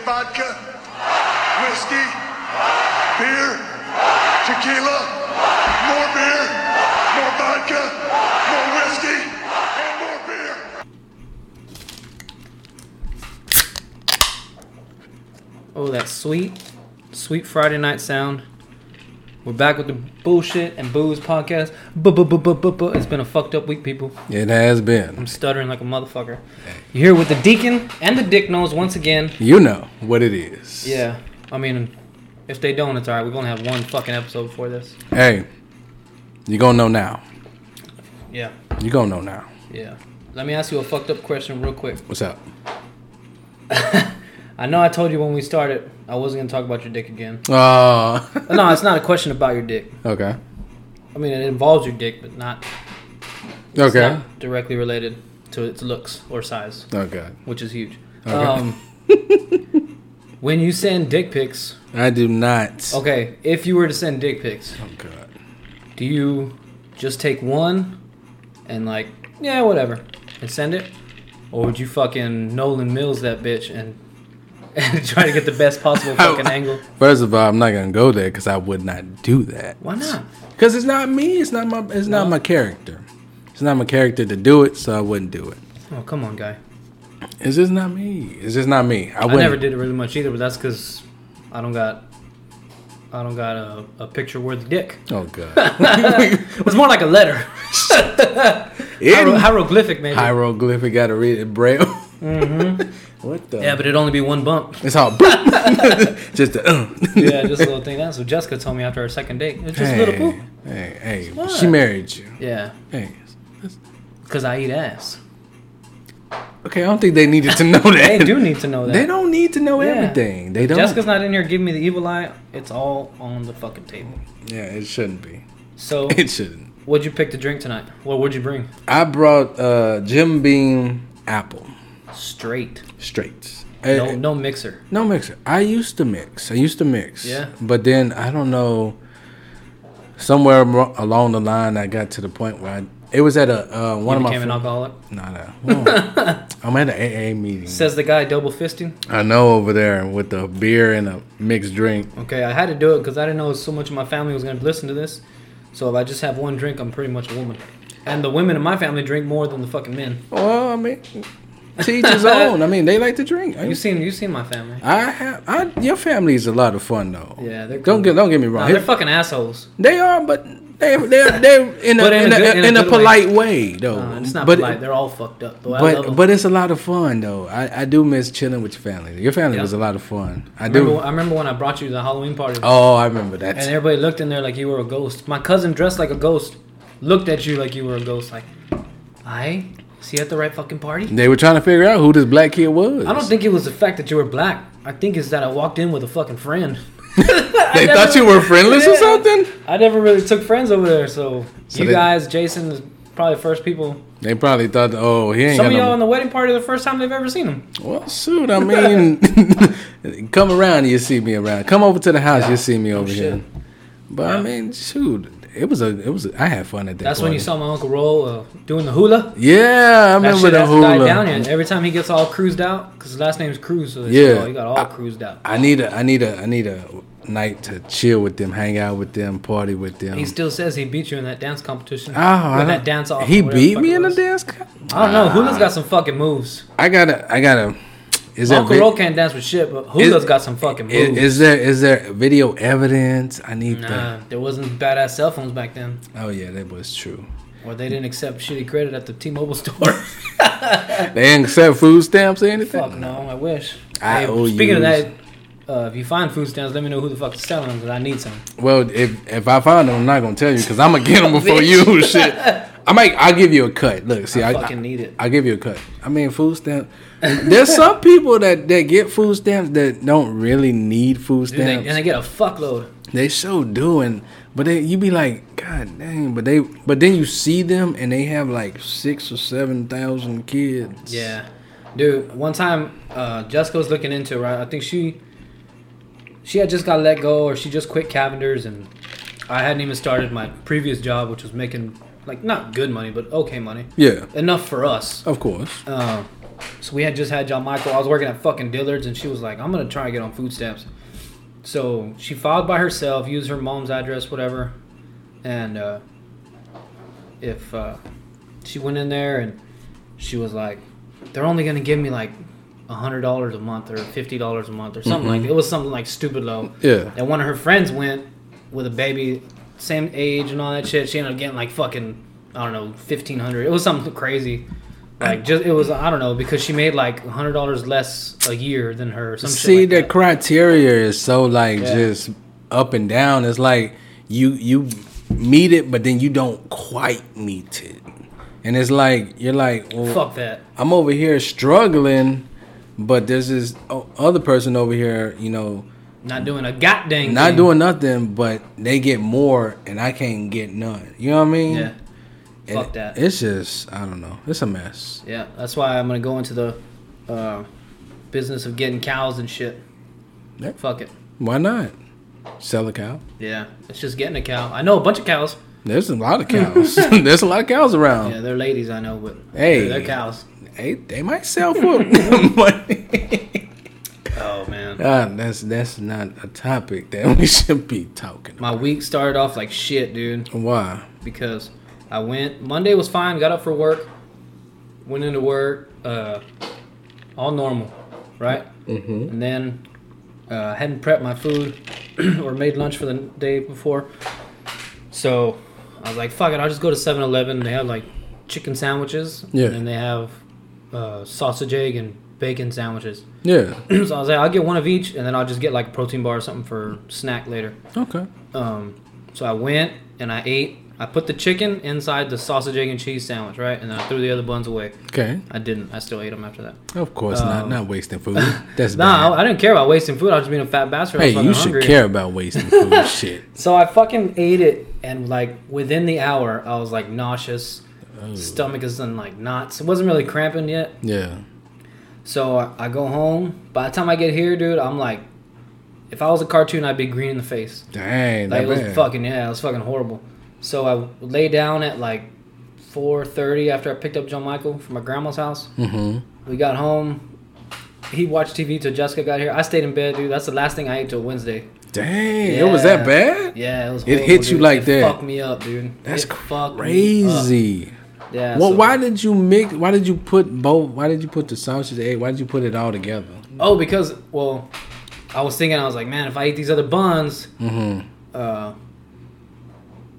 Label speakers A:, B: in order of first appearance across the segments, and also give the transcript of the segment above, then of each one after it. A: vodka, whiskey, beer, tequila, more beer, more vodka, more whiskey, and more beer.
B: Oh, that sweet, sweet Friday night sound. We're back with the bullshit and booze podcast. Bu-bu-bu-bu-bu-bu. It's been a fucked up week, people.
C: It has been.
B: I'm stuttering like a motherfucker. You're here with the deacon and the dick nose once again.
C: You know what it is.
B: Yeah, I mean, if they don't, it's alright. We're gonna have one fucking episode before this.
C: Hey, you gonna know now.
B: Yeah,
C: You gonna know now.
B: yeah. Let me ask you a fucked up question real quick.
C: What's up?
B: I know I told you when we started I wasn't gonna talk about your dick again.
C: Uh
B: No, it's not a question about your dick.
C: okay.
B: I mean, it involves your dick, but not, it's
C: Okay.
B: not directly related to its looks or size.
C: Oh god.
B: which is huge. Um, when you send dick pics,
C: I do not.
B: okay, if you were to send dick pics,
C: Oh god.
B: do you just take one and like, yeah, whatever, and send it, or would you fucking Nolan Mills that bitch and and try to get the best possible fucking angle?
C: First of all, I'm not gonna go there because I would not do that.
B: Why not?
C: Because it's not me. It's not my. It's not my character. It's not my character to do it, so I wouldn't do it.
B: Oh, come on, guy.
C: It's just not me. It's just not me. I
B: I
C: wouldn't.
B: never did it really much either, but that's because I don't got. I don't got a, a picture worthy dick.
C: Oh god.
B: It was more like a letter. Hiero- hieroglyphic, maybe.
C: Hieroglyphic. Got to read it braille. what the?
B: Mm-hmm. yeah, but it'd only be one bump.
C: It's all just the uh.
B: yeah, just a little thing. That's what Jessica told me after our second date. It's just a little poop.
C: Hey, hey,
B: What?
C: she married you.
B: Yeah,
C: Hey.
B: because I eat ass.
C: Okay, I don't think they needed to know
B: They
C: that.
B: do need to know that.
C: They don't need to know
B: Yeah.
C: everything. They don't.
B: Jessica's not in here giving me the evil eye. It's all on the fucking table.
C: yeah, it shouldn't be.
B: So,
C: It shouldn't.
B: what'd you pick to drink tonight? What would you bring?
C: I brought uh, Jim Beam apple
B: Straight.
C: straight.
B: No,
C: Eh,
B: no mixer.
C: No mixer. I used to mix. I used to mix.
B: Yeah.
C: But then I don't know. Somewhere mo- along the line, I got to the point where I, it was at a uh, one
B: You
C: of my
B: became an
C: fri-
B: alcoholic.
C: Nah, nah. Whoa. Oh. I'm at an AA meeting.
B: Says the guy double fisting.
C: I know over there with the beer and a mixed drink.
B: Okay, I had to do it because I didn't know so much of my family was going to listen to this. So if I just have one drink, I'm pretty much a woman. And the women in my family drink more than the fucking men.
C: Well, I mean, to each his own. I mean, they like to drink. I,
B: You seen you seen my family?
C: I have. I, your family is a lot of fun though.
B: Yeah, they're cool.
C: Don't get don't get me wrong.
B: Nah, they're fucking assholes.
C: they are, but they they they in a
B: But
C: in, a, in,
B: good
C: a,
B: way.
C: polite way, though.
B: Uh, it's not
C: but,
B: polite. They're all fucked up. But, I love
C: But
B: 'em.
C: but it's a lot of fun though. I, I do miss chilling with your family. Your family
B: Yeah.
C: was a lot of fun. I
B: remember,
C: do.
B: I remember when I brought you to the Halloween party,
C: oh, I remember that.
B: and everybody looked in there like you were a ghost. My cousin dressed like a ghost, looked at you like you were a ghost. Like, I is he at the right fucking party?
C: they were trying to figure out who this black kid was.
B: I don't think it was the fact that you were black. I think it's that I walked in with a fucking friend.
C: they thought you were friendless or
B: Yeah.
C: something.
B: I never really took friends over there, so,
C: So
B: you
C: they-
B: guys, Jason is probably the first people.
C: They probably thought, oh, he ain't
B: Some
C: got
B: of
C: no
B: y'all in the wedding party the first time they've ever seen him.
C: Well, shoot, I mean, come around, you see me around. Come over to the house, you see me over
B: shit.
C: here. But I mean, shoot, it was a, it was. A, I had fun at that.
B: That's when you
C: party.
B: saw my uncle roll uh, doing the hula.
C: Yeah, I
B: That
C: remember
B: shit
C: the
B: has to die down
C: hula.
B: here. Every time he gets all cruised out, because his last name's Cruz, so
C: Yeah.
B: yeah, he got all
C: I-
B: cruised out.
C: I need a, I need a, I need a night to chill with them, hang out with them, party with them.
B: He still says he beat you in that dance competition.
C: oh, I
B: Or
C: don't-
B: that dance off.
C: He
B: whatever
C: beat
B: fuck
C: me
B: it
C: in the
B: was.
C: dance. co-
B: I don't know. Hula's got some fucking moves.
C: I gotta, I gotta. Is that
B: Uncle
C: vi-
B: Ro can't dance with shit, but Hula's got some fucking
C: i-
B: moves.
C: is, there is there video evidence? I need
B: nah,
C: that.
B: there wasn't badass cell phones back then,
C: Oh yeah, that was true.
B: or they didn't accept shitty credit at the T-Mobile store.
C: They didn't accept food stamps or anything.
B: Fuck no, I wish.
C: I owe
B: speaking of that,
C: yous.
B: uh, if you find food stands, let me know who the fuck's selling them, because I need some.
C: Well, if if I find them, I'm not gonna tell you because I'm gonna get them before you. Shit, I might. I'll give you a cut. Look, see,
B: I
C: I, I
B: fucking need it.
C: will give you a cut. I mean, food stamps. There's some people that that get food stamps that don't really need food
B: Dude, they,
C: stamps.
B: and they
C: they,
B: get a fuckload.
C: so do, and but they you be like, God dang, but they but then you see them and they have like six or seven thousand kids.
B: Yeah, dude. One time, uh, Jessica was looking into it, right. I think she she had just got let go, or she just quit Cavenders, and I hadn't even started my previous job, which was making like not good money, but okay money,
C: yeah,
B: enough for us.
C: of course.
B: Uh, So we had just had John Michael. I was working at fucking Dillard's, and she was like, "I'm gonna try and get on food stamps." So she filed by herself, used her mom's address, whatever, and uh, if uh, she went in there and she was like, "They're only gonna give me like." hundred dollars a month or fifty dollars a month or something like it was something like stupid low.
C: Yeah.
B: And one of her friends went with a baby, same age and all that shit. She ended up getting like fucking I don't know fifteen hundred. It was something crazy. Like just it was I don't know because she made like hundred dollars less a year than her. or Some
C: See,
B: shit
C: the
B: like that.
C: criteria is so like
B: Yeah.
C: just up and down. It's like you you meet it, but then you don't quite meet it, and it's like you're like, well,
B: Fuck that.
C: I'm over here struggling, but there's this o- other person over here, you know,
B: Not doing a god dang.
C: not
B: thing.
C: doing nothing, but they get more, and I can't get none. You know what I mean?
B: Yeah.
C: And
B: Fuck that.
C: It's just I don't know. It's a mess.
B: Yeah, that's why I'm gonna go into the uh, business of getting cows and shit.
C: Yeah.
B: Fuck it.
C: Why not sell a cow?
B: Yeah, it's just getting a cow. I know a bunch of cows.
C: There's a lot of cows. there's a lot of cows around.
B: Yeah, they're ladies I know, but
C: Hey.
B: they're cows.
C: Hey, they might sell for money.
B: Oh man.
C: Uh, that's that's not a topic that we should be talking.
B: My week started off like shit, dude,
C: About. Why?
B: because I went Monday was fine, got up for work, went into work, uh, all normal, right? Mm-hmm. And then uh, hadn't prepped my food or made lunch for the day before, so I was like, "Fuck it, I'll just go to 7-Eleven. They have like chicken sandwiches,
C: Yeah.
B: and they have uh, sausage egg and bacon sandwiches."
C: Yeah.
B: so I was like, "I'll get one of each, and then I'll just get like a protein bar or something for snack later."
C: Okay.
B: Um, so I went and I ate. I put the chicken inside the sausage, egg, and cheese sandwich, right? And then I threw the other buns away.
C: Okay.
B: I didn't. I still ate them after that.
C: Of course not.
B: Um,
C: Not wasting food. That's
B: No,
C: bad.
B: I, I didn't care about wasting food. I was just being a fat bastard. I was
C: hey,
B: fucking
C: you should
B: hungry.
C: care about wasting food. Shit.
B: So I fucking ate it, and like within the hour, I was like nauseous.
C: Oh.
B: Stomach is in like knots. It wasn't really cramping yet.
C: Yeah.
B: So I, I go home. By the time I get here, dude, I'm like, if I was a cartoon, I'd be green in the face.
C: Dang.
B: Like
C: That
B: it was
C: bad.
B: fucking yeah, it was fucking horrible. So I lay down at like four thirty after I picked up John Michael from my grandma's house. Mm-hmm. We got home. He watched TV till Jessica got here. I stayed in bed, dude. That's the last thing I ate till Wednesday.
C: Dang. It was that bad.
B: Yeah, it was.
C: It hit you
B: dude.
C: like
B: It
C: that.
B: Fucked me up, dude.
C: That's
B: It fucked me up.
C: crazy.
B: Yeah.
C: Well,
B: so-
C: why did you mix? Why did you put both? Why did you put the sausage egg? Why did you put it all together?
B: Oh, because well, I was thinking I was like, man, if I eat these other buns,
C: Mm-hmm.
B: uh,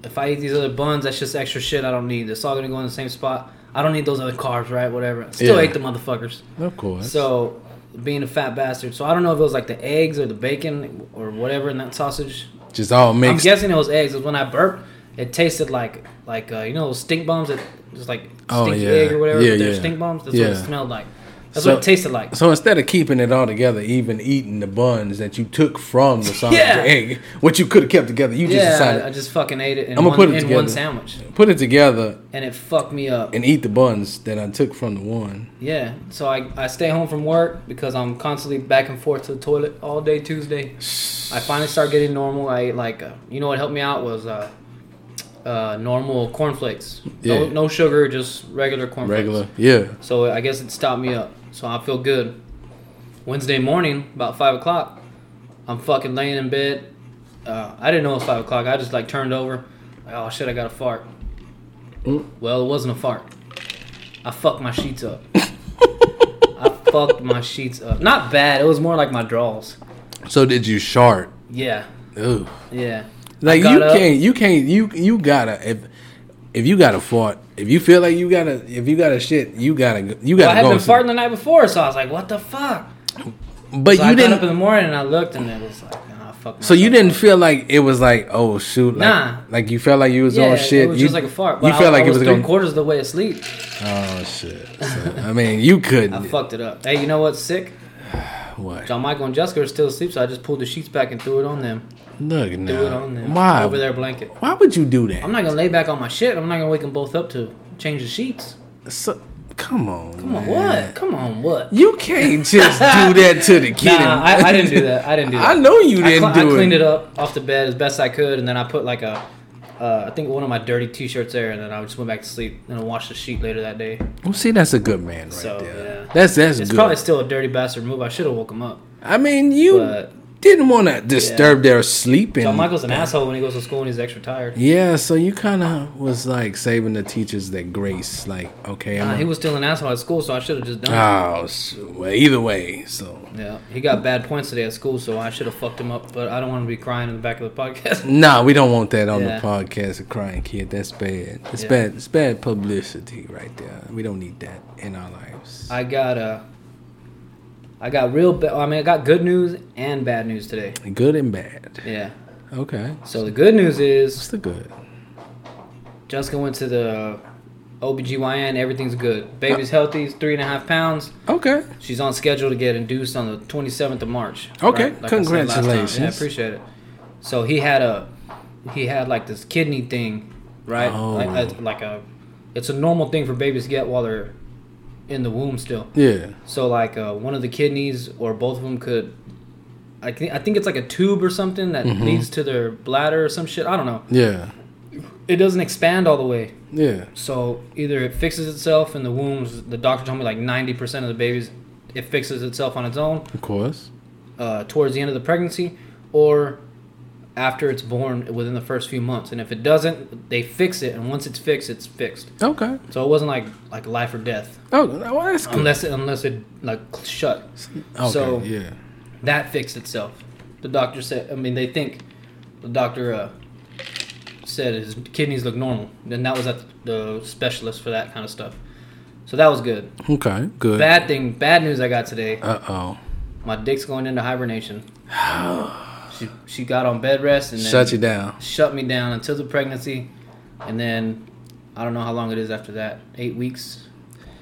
B: if I eat these other buns, that's just extra shit I don't need. It's all gonna go in the same spot. I don't need those other carbs, right? Whatever. Still
C: Yeah.
B: ate the motherfuckers.
C: Of course.
B: So being a fat bastard, so I don't know if it was like the eggs or the bacon or whatever in that sausage.
C: just all
B: I'm
C: mixed.
B: guessing it was eggs. 'cause when I burped, it tasted like like uh, you know those stink bombs that just like stinky
C: Oh, yeah.
B: egg or whatever.
C: Yeah,
B: They're
C: yeah.
B: stink bombs. That's what
C: Yeah.
B: it smelled like. That's
C: So-
B: what it tasted like.
C: So instead of keeping it all together, even eating the buns that you took from the sausage
B: Yeah.
C: egg, what you could have kept together, you just
B: yeah,
C: decided
B: I, I just fucking ate it in,
C: I'ma
B: one,
C: put it
B: in
C: together.
B: one sandwich,
C: put it together
B: and it fucked me up.
C: and eat the buns that I took from the one.
B: yeah, so I, I stay home from work because I'm constantly back and forth to the toilet all day Tuesday. I finally start getting normal. I ate like uh, you know what helped me out was uh, uh, normal cornflakes. No,
C: Yeah.
B: no sugar, just regular cornflakes.
C: Regular, yeah.
B: So I guess it stopped me up. So I feel good. Wednesday morning, about five o'clock, I'm fucking laying in bed. Uh, I didn't know it was five o'clock. I just like turned over. Like, oh shit, I got a fart.
C: Mm.
B: Well, it wasn't a fart. I fucked my sheets up. I fucked my sheets up. Not bad. It was more like my drawers.
C: So did you shart?
B: Yeah,
C: Ooh.
B: yeah. I
C: Like you
B: got up.
C: can't, you can't, you you gotta if if you gotta fart, if you feel like you gotta, if you gotta shit, you gotta, go- you
B: Well, I
C: gotta
B: had
C: go.
B: been
C: to-
B: farting the night before, so I was like, "What the fuck?"
C: but
B: So
C: you
B: I got up in
C: didn't.
B: the morning and I looked, and it was like, "Nah, I fucked."
C: So you
B: myself
C: didn't feel like it was like, oh shoot, like,
B: Nah.
C: like you felt like you was
B: Yeah,
C: on shit.
B: it was
C: you,
B: just like a fart.
C: You
B: But I,
C: felt like
B: I
C: it was
B: three
C: going.
B: quarters of the way asleep.
C: Oh shit! So, I mean, you couldn't.
B: I fucked it up. Hey, you know what's sick?
C: what?
B: John Michael and Jessica are still asleep, so I just pulled the sheets back and threw it on them.
C: Look
B: Threw it on
C: now.
B: them
C: Why?
B: over their blanket.
C: Why would you do that?
B: I'm not gonna lay back on my shit. I'm not gonna wake them both up to change the sheets.
C: So, come on.
B: Come on, what? Come on, what?
C: You can't just do that to the kid.
B: Nah, I, I didn't do that. I didn't do that.
C: I know you
B: I
C: didn't
B: cl-
C: do
B: I cleaned
C: it.
B: it up off the bed as best I could, and then I put like a uh, I think one of my dirty T-shirts there, and then I just went back to sleep and I washed the sheet later that day.
C: Well, see, that's a good man right
B: So
C: there.
B: yeah,
C: That's that's
B: It's
C: good.
B: probably still a dirty bastard move. I should have woke him up.
C: I mean, you
B: But-
C: didn't want to disturb their sleeping.
B: John Michael's an asshole when he goes to school and he's extra tired.
C: yeah, so you kind of was like saving the teachers that grace. Like, okay,
B: Uh,
C: I'm.
B: he was still an asshole at school, so I should have just done it.
C: gonna- oh, so, well, either way. So
B: Yeah, he got bad points today at school, so I should have fucked him up. But I don't want to be crying in the back of the podcast.
C: nah, we don't want that on
B: Yeah.
C: the podcast. A crying kid. That's bad. It's
B: Yeah.
C: bad. It's bad publicity right there. We don't need that in our lives.
B: I got uh, I got real. Ba- I mean, I got good news and bad news today.
C: good and bad.
B: Yeah.
C: Okay.
B: So the good news
C: What's
B: is
C: the good?
B: Jessica went to the OBGYN. Everything's good. Baby's healthy. He's three and a half pounds.
C: Okay.
B: She's on schedule to get induced on the 27th of March. I said last
C: Okay,
B: time. Yeah, I
C: congratulations.
B: appreciate it. So he had a, he had like this kidney thing, right?
C: Oh.
B: Like, a, like a, it's a normal thing for babies to get while they're in the womb still.
C: Yeah.
B: So like uh, one of the kidneys or both of them could, I think I think it's like a tube or something that
C: Mm-hmm.
B: leads to their bladder or some shit. I don't know.
C: Yeah.
B: It doesn't expand all the way.
C: Yeah.
B: So either it fixes itself in the wombs. The doctor told me like 90% of the babies, it fixes itself on its own
C: Of course.
B: uh, towards the end of the pregnancy, or after it's born within the first few months. And if it doesn't, they fix it. And once it's fixed, it's fixed.
C: Okay.
B: So it wasn't like like life or death,
C: Oh, well, that's good.
B: unless it, unless it like shut.
C: Okay.
B: Um, so-
C: yeah.
B: That fixed itself. The doctor said. I mean, they think the doctor uh, said his kidneys look normal. Then that was at the specialist for that kind of stuff. So that was good.
C: Okay. Good.
B: Bad thing, bad news I got today.
C: Uh oh.
B: My dick's going into hibernation. she she got on bed rest and then
C: Shut you down.
B: shut me down until the pregnancy, and then I don't know how long it is after that. Eight weeks,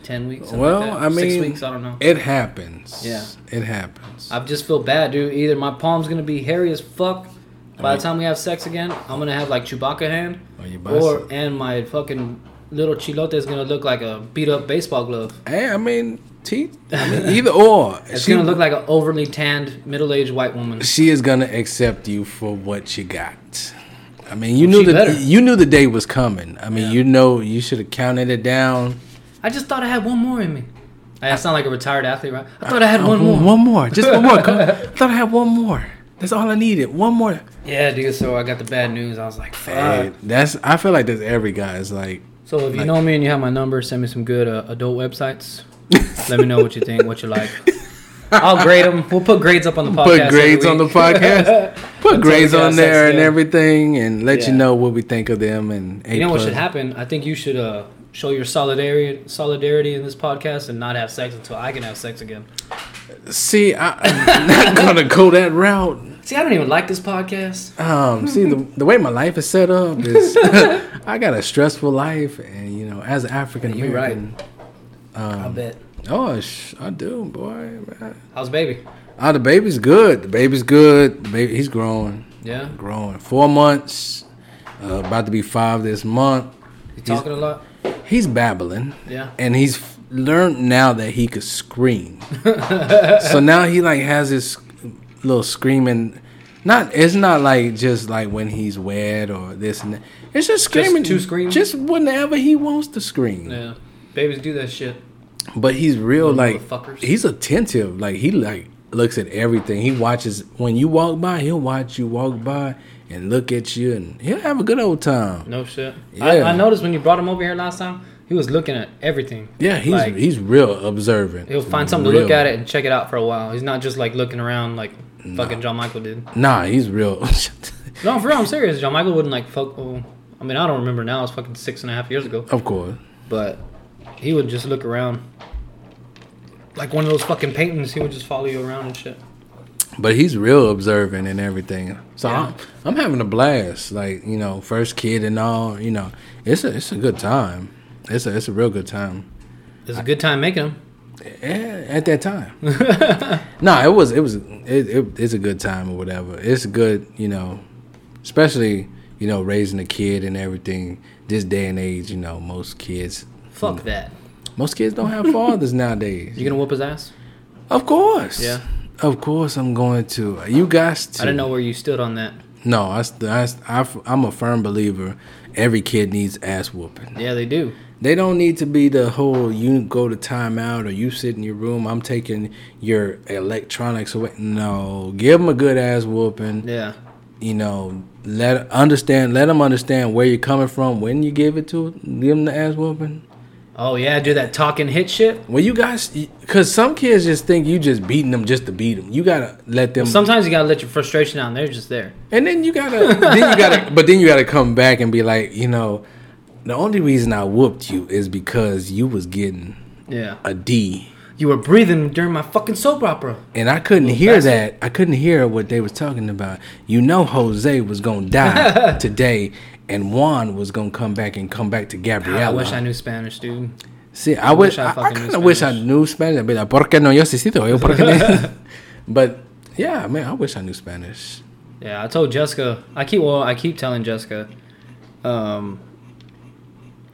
B: ten weeks. something
C: Well,
B: like that.
C: I mean,
B: six weeks. I don't know.
C: It happens.
B: Yeah.
C: It happens.
B: I just feel bad, dude. Either my palm's gonna be hairy as fuck. By the time we have sex again, I'm gonna have like Chewbacca hand,
C: Or your bicep.
B: or and my fucking little chilote is gonna look like a beat up baseball glove.
C: hey, I mean, teeth. I mean, either or.
B: It's
C: she,
B: gonna look like an overly tanned middle aged white woman.
C: she is gonna accept you for what you got. I mean, you knew
B: She
C: the
B: better.
C: you knew the day was coming. I mean, you know you should have counted it down.
B: I just thought I had one more in me. I, I sound like a retired athlete, right? I thought I had one
C: One,
B: more.
C: Oh, one more, just one more. Come, I thought I had one more. That's all I needed. One more.
B: Yeah, dude. So I got the bad news. I was like, fuck.
C: Hey, that's. I feel like that's every guy. It's like
B: So if you know me and you have my number, send me some good uh, adult websites. Let me know what you think, what you like. I'll grade them. We'll put grades up on the podcast.
C: put
B: every
C: grades on the
B: week.
C: podcast. Put grades
B: we get our
C: on there
B: sex
C: and
B: again.
C: everything, and let you
B: Yeah.
C: know what we think of them. And
B: You know what
C: A+.
B: should happen? I think you should uh, show your solidarity solidarity in this podcast and not have sex until I can have sex again.
C: See, I, I'm not gonna go that route.
B: See, I don't even like this podcast.
C: Um, see, the, the way my life is set up is I got a stressful life, and you know, as an African
B: You're right.
C: American,
B: I bet.
C: oh, sh- I do, boy. Man.
B: How's baby?
C: Oh, the baby's good. The baby's good. The baby, he's growing,
B: Yeah.
C: growing. Four months, uh, about to be five this month.
B: You talking a lot?
C: He's babbling.
B: Yeah.
C: and he's f- learned now that he could scream. so now he like has this little screaming. Not it's not like just like when he's wet or this and that. It's just screaming.
B: two screams?
C: Just whenever he wants to scream.
B: Yeah. Babies do that shit.
C: But he's real like
B: motherfuckers.
C: he's attentive. Like he like looks at everything. He watches when you walk by. He'll watch you walk by and look at you, and he'll have a good old time.
B: No shit.
C: Yeah.
B: I, I noticed when you brought him over here last time, he was looking at everything.
C: Yeah, he's
B: Like-
C: he's real observant.
B: He'll find something to look
C: Real.
B: at it and check it out for a while. He's not just like looking around like fucking John Michael did.
C: Nah, he's real.
B: No, for real, I'm serious. John Michael wouldn't like fuck. Oh, I mean, I don't remember now. It's fucking six and a half years ago.
C: of course.
B: But he would just look around. Like one of those fucking paintings, he would just follow you around and shit.
C: But he's real observant and everything. So
B: Yeah.
C: I'm, I'm having a blast. Like you know, first kid and all. You know, it's a it's a good time. It's a it's a real good time.
B: It's a good time making him.
C: Yeah, at that time. no, it was it was it, it it's a good time or whatever. It's good, you know, especially you know raising a kid and everything. This day and age, you know, most kids
B: Fuck that.
C: most kids don't have fathers nowadays.
B: You gonna whoop his ass?
C: of course.
B: Yeah.
C: Of course, I'm going to. You guys.
B: I didn't know where you stood on that.
C: No, I, st- I, st- I, f- I'm a firm believer. Every kid needs ass whooping.
B: Yeah, they do.
C: They don't need to be the whole you go to timeout or you sit in your room. I'm taking your electronics away. No, give them a good ass whooping.
B: Yeah.
C: You know, let understand. Let them understand where you're coming from when you give it to 'em. Give them the ass whooping.
B: Oh yeah, do that talk and hit shit.
C: Well, you guys, because some kids just think you just beating them just to beat them. You gotta let them.
B: Sometimes you gotta let your frustration out. and They're just there.
C: And then you gotta, then you gotta, but then you gotta come back and be like, you know, the only reason I whooped you is because you was getting
B: Yeah.
C: a D,
B: You were breathing during my fucking soap opera.
C: and I couldn't hear that. I couldn't hear what they was talking about. You know, Jose was gonna die today, and Juan was gonna come back and come back to Gabriella.
B: I wish I knew Spanish, dude.
C: See, I, wish, I,
B: fucking
C: kind
B: knew
C: of wish I
B: Spanish.
C: knew Spanish. I'd be like, ¿por qué no yo necesito? Yo, ¿por qué ne-" but yeah, man, I wish I knew Spanish.
B: Yeah, I told Jessica. I keep well. I keep telling Jessica, um,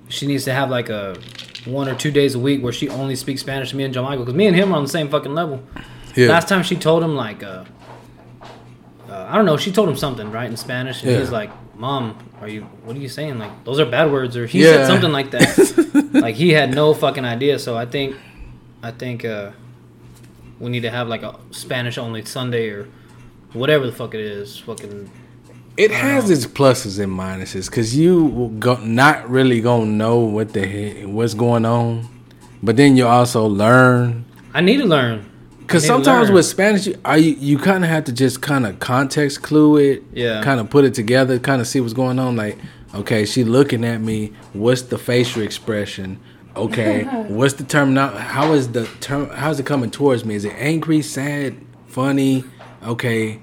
B: she needs to have like a one or two days a week where she only speaks Spanish to me and John Michael because me and him are on the same fucking level.
C: Yeah.
B: Last time she told him like, uh, uh, I don't know. She told him something right in Spanish, and
C: Yeah.
B: he's like, "Mom, are you? What are you saying? Like those are bad words?" Or he
C: Yeah.
B: said something like that. like he had no fucking idea. So I think, I think uh, we need to have like a Spanish only Sunday or whatever the fuck it is. Fucking
C: It has its pluses and minuses because you will go, not really gonna know what the heck what's going on, but then you also learn
B: I need to learn.
C: because
B: I need to
C: sometimes
B: learn.
C: with Spanish you I, you kind of have to just kind of context clue it,
B: Yeah.
C: kind of put it together, kind of see what's going on. Like, okay, she looking at me. What's the facial expression? Okay, what's the term now? How is the term? How's it coming towards me? Is it angry, sad, funny? Okay,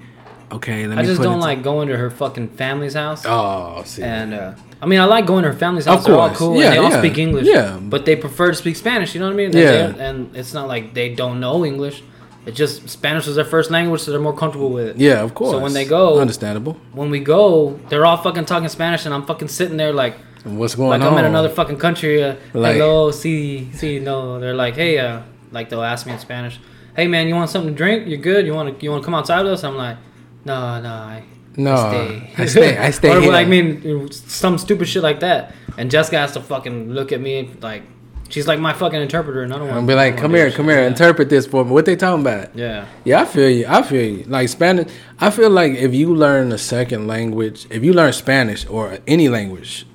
C: okay. Let
B: I
C: me
B: just
C: put
B: don't
C: it
B: like going to her fucking family's house.
C: Oh, see.
B: And uh, I mean, I like going to her family's house. They're all
C: course.
B: cool.
C: Yeah,
B: and they all
C: yeah.
B: speak English.
C: Yeah.
B: But they prefer to speak Spanish. You know what I mean? And
C: Yeah.
B: they- And it's not like they don't know English. It's just Spanish is their first language, so they're more comfortable with it.
C: Yeah, of course.
B: So when they go,
C: understandable.
B: when we go, they're all fucking talking Spanish, and I'm fucking sitting there like,
C: What's going
B: like
C: on?
B: I'm in another fucking country. Uh,
C: oh. Like-
B: hello, si, si, no. They're like, hey, uh, like they'll ask me in Spanish, hey man, you want something to drink? You good? You want to you want to come outside with us? I'm like, no, no, I,
C: No,
B: I stay.
C: I stay. I stay
B: or
C: here.
B: I mean, some stupid shit like that. And Jessica has to fucking look at me like she's like my fucking interpreter, and I don't want.
C: I'm be like, come here, come here, interpret this for me. What they talking about?
B: Yeah,
C: Yeah, I feel you. I feel you. Like Spanish, I feel like if you learn a second language, if you learn Spanish or any language,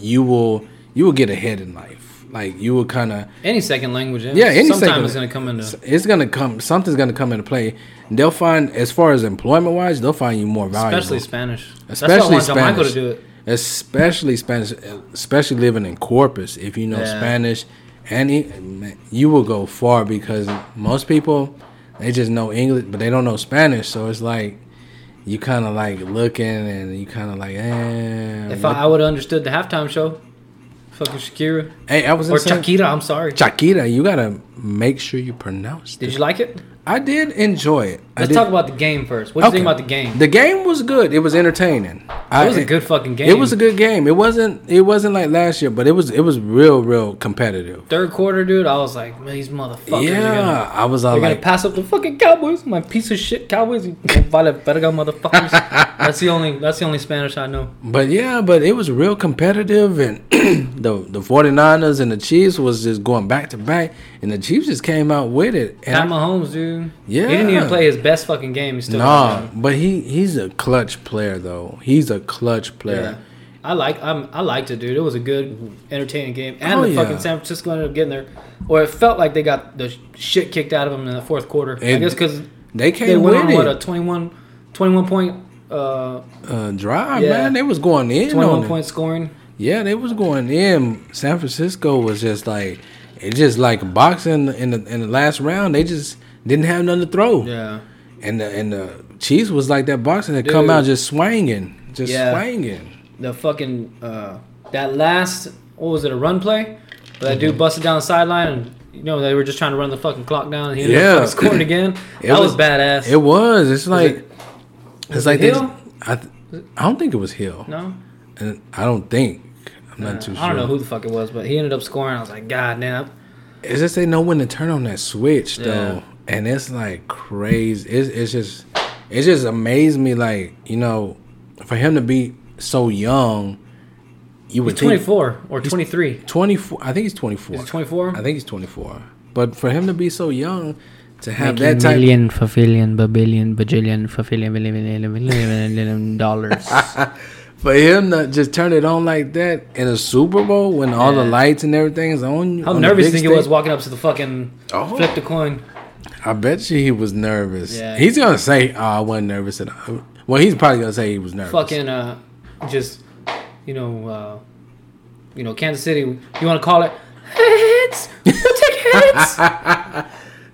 C: you will you will get ahead in life. Like you will kind of
B: any second language. Yeah,
C: Yeah, any
B: Sometime
C: second-
B: it's gonna come into.
C: it's gonna come something's gonna come into play. They'll find as far as employment wise, they'll find you more valuable.
B: Especially Spanish.
C: Especially
B: That's why I want Jamaica
C: Spanish.
B: to do it.
C: especially Spanish, especially living in Corpus. If you know
B: Yeah.
C: Spanish, and it- man, you will go far because most people they just know English, but they don't know Spanish. So it's like you kind of like looking, and you kind of like, eh.
B: If
C: what-
B: I, I would have understood the halftime show, fucking Shakira
C: hey, I was in
B: or
C: San-
B: Shakira. I'm sorry.
C: Shakira, you gotta make sure you pronounce. it.
B: Did you like it?
C: I did enjoy it. I
B: Let's
C: did-
B: talk about the game first. What do you think
C: Okay.
B: about the game?
C: The game was good. It was entertaining.
B: it was a good fucking game.
C: It was a good game. It wasn't. It wasn't like last year, but it was. It was real, real competitive.
B: third quarter, dude. I was like, man, these motherfuckers.
C: yeah,
B: are gonna,
C: I was all
B: they're
C: like,
B: gonna pass up the fucking Cowboys. My piece of shit Cowboys. You vale verga motherfuckers. that's the only. That's the only Spanish I know.
C: but yeah, but it was real competitive, and the the 49ers and the Chiefs was just going back to back, and the Chiefs just came out with it. And
B: Pat Mahomes, dude.
C: Yeah.
B: He didn't even play his best fucking game. He still.
C: nah, but he he's a clutch player though. He's a clutch
B: Yeah.
C: player.
B: I like I'm, I liked it, dude. It was a good, entertaining game, and
C: Oh,
B: the
C: yeah.
B: fucking San Francisco ended up getting there, or it felt like they got the shit kicked out of them in the fourth quarter. I
C: It-
B: guess because
C: They came
B: they went
C: with
B: on
C: it.
B: what a 21, 21 point, uh,
C: uh, drive,
B: Yeah.
C: man. They was going in.
B: twenty
C: on
B: one
C: it.
B: point scoring.
C: Yeah, they was going in. San Francisco was just like it's just like boxing in the in the last round. They just didn't have nothing to throw.
B: Yeah,
C: And the and the Chiefs was like that boxer that come
B: Dude.
C: out just swinging, just
B: Yeah.
C: swinging.
B: the fucking uh, that last what was it a run play? But that
C: Mm-hmm.
B: dude busted down the sideline, and you know they were just trying to run the fucking clock down, and he ended
C: Yeah.
B: up fucking scoring again.
C: It
B: that was,
C: was-
B: badass.
C: It was. It's like
B: it-
C: it's like
B: it
C: they.
B: Hill?
C: I th- I don't think it was Hill.
B: no.
C: And I don't think. I'm not too sure.
B: I don't know who the fuck it was, but he ended up scoring. I was like, God damn.
C: It's just they know when to turn on that switch
B: Yeah.
C: though, and it's like crazy. It's, it's just, it just amazed me. Like you know, for him to be so young, you would
B: He's
C: think-
B: 24 or 23.
C: 24 I think he's 24.
B: He's 24.
C: I think he's 24. But for him to be so young to have that type
B: favillion, babillion, bajillion, favillion, billion dollars.
C: for him to just turn it on like that in a Super Bowl when all the
B: Yeah.
C: lights and everything is on you.
B: How
C: on the
B: nervous
C: big
B: you think he was
C: stage,
B: walking up to the fucking
C: Oh.
B: flip the coin?
C: I bet you he was nervous.
B: Yeah.
C: He's going to say, "Oh, I wasn't nervous at all." Well, he's probably going to say he was nervous.
B: Fucking uh, just you know, uh, you know, Kansas City. You want to call it hits? We'll take hits. well,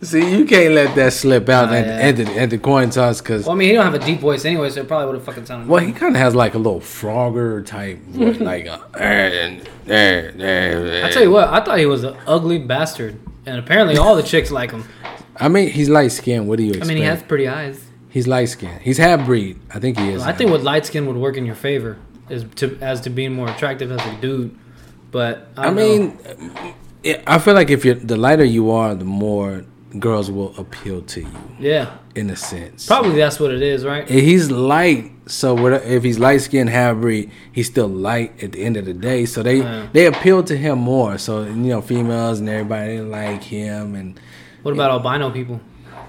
C: See, you can't let that slip out
B: Nah,
C: at,
B: yeah.
C: at the, at the coin toss cuz
B: I mean, he don't have a deep voice anyway, so it probably would have fucking sounded.
C: Well, he kind of has like a little Frogger type, voice, like a.
B: I tell you what, I thought he was an ugly bastard, and apparently all the chicks like him.
C: I mean, he's light skinned. What do you
B: I
C: expect?
B: mean, he has pretty eyes.
C: He's light skinned. He's half breed. I think he is.
B: I think what light skin would work in your favor is to as to being more attractive as a dude. But I,
C: I
B: don't know.
C: mean, yeah, I feel like if you're the lighter you are, the more girls will appeal to you
B: yeah,
C: in a sense.
B: probably that's what it is, right?
C: And He's light, so what- if he's light skinned, half breed, he's still light at the end of the day. So they
B: Yeah.
C: they appeal to him more. So you know, females and everybody they like him, and
B: What about albino people?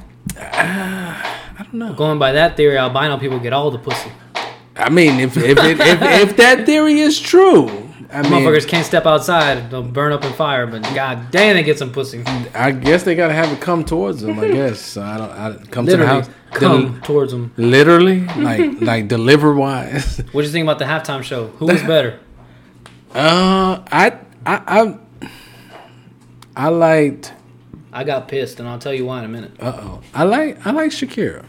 C: I don't know.
B: Going by that theory, albino people get all the pussy.
C: I mean, if if it, if, if that theory is true, I mean,
B: Motherfuckers can't step outside; they'll burn up in fire. But god damn, they get some pussy.
C: I guess they gotta have it come towards them. I guess so. I don't. I, come to the
B: Literally,
C: house.
B: come
C: Del-
B: towards them.
C: literally, like like deliver wise.
B: What do you think about the halftime show? Who was better?
C: Uh, I I I, I liked.
B: I got pissed, and I'll tell you why in a minute.
C: Uh oh. I like I like Shakira.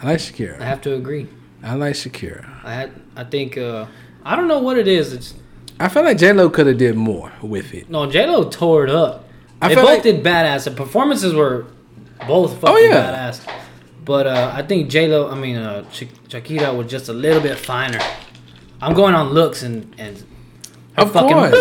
C: I like
B: I
C: Shakira.
B: have to agree.
C: I like Shakira.
B: I had, I think, uh, I don't know what it is. It's
C: I feel like J Lo could have did more with it.
B: No, J Lo tore it up.
C: I
B: they
C: feel
B: both
C: like- Oh,
B: did badass. The performances were both fucking
C: yeah.
B: badass. But uh, I think J Lo, I mean uh, Ch- Shakira was just a little bit finer. I'm going on looks and and her
C: Of course.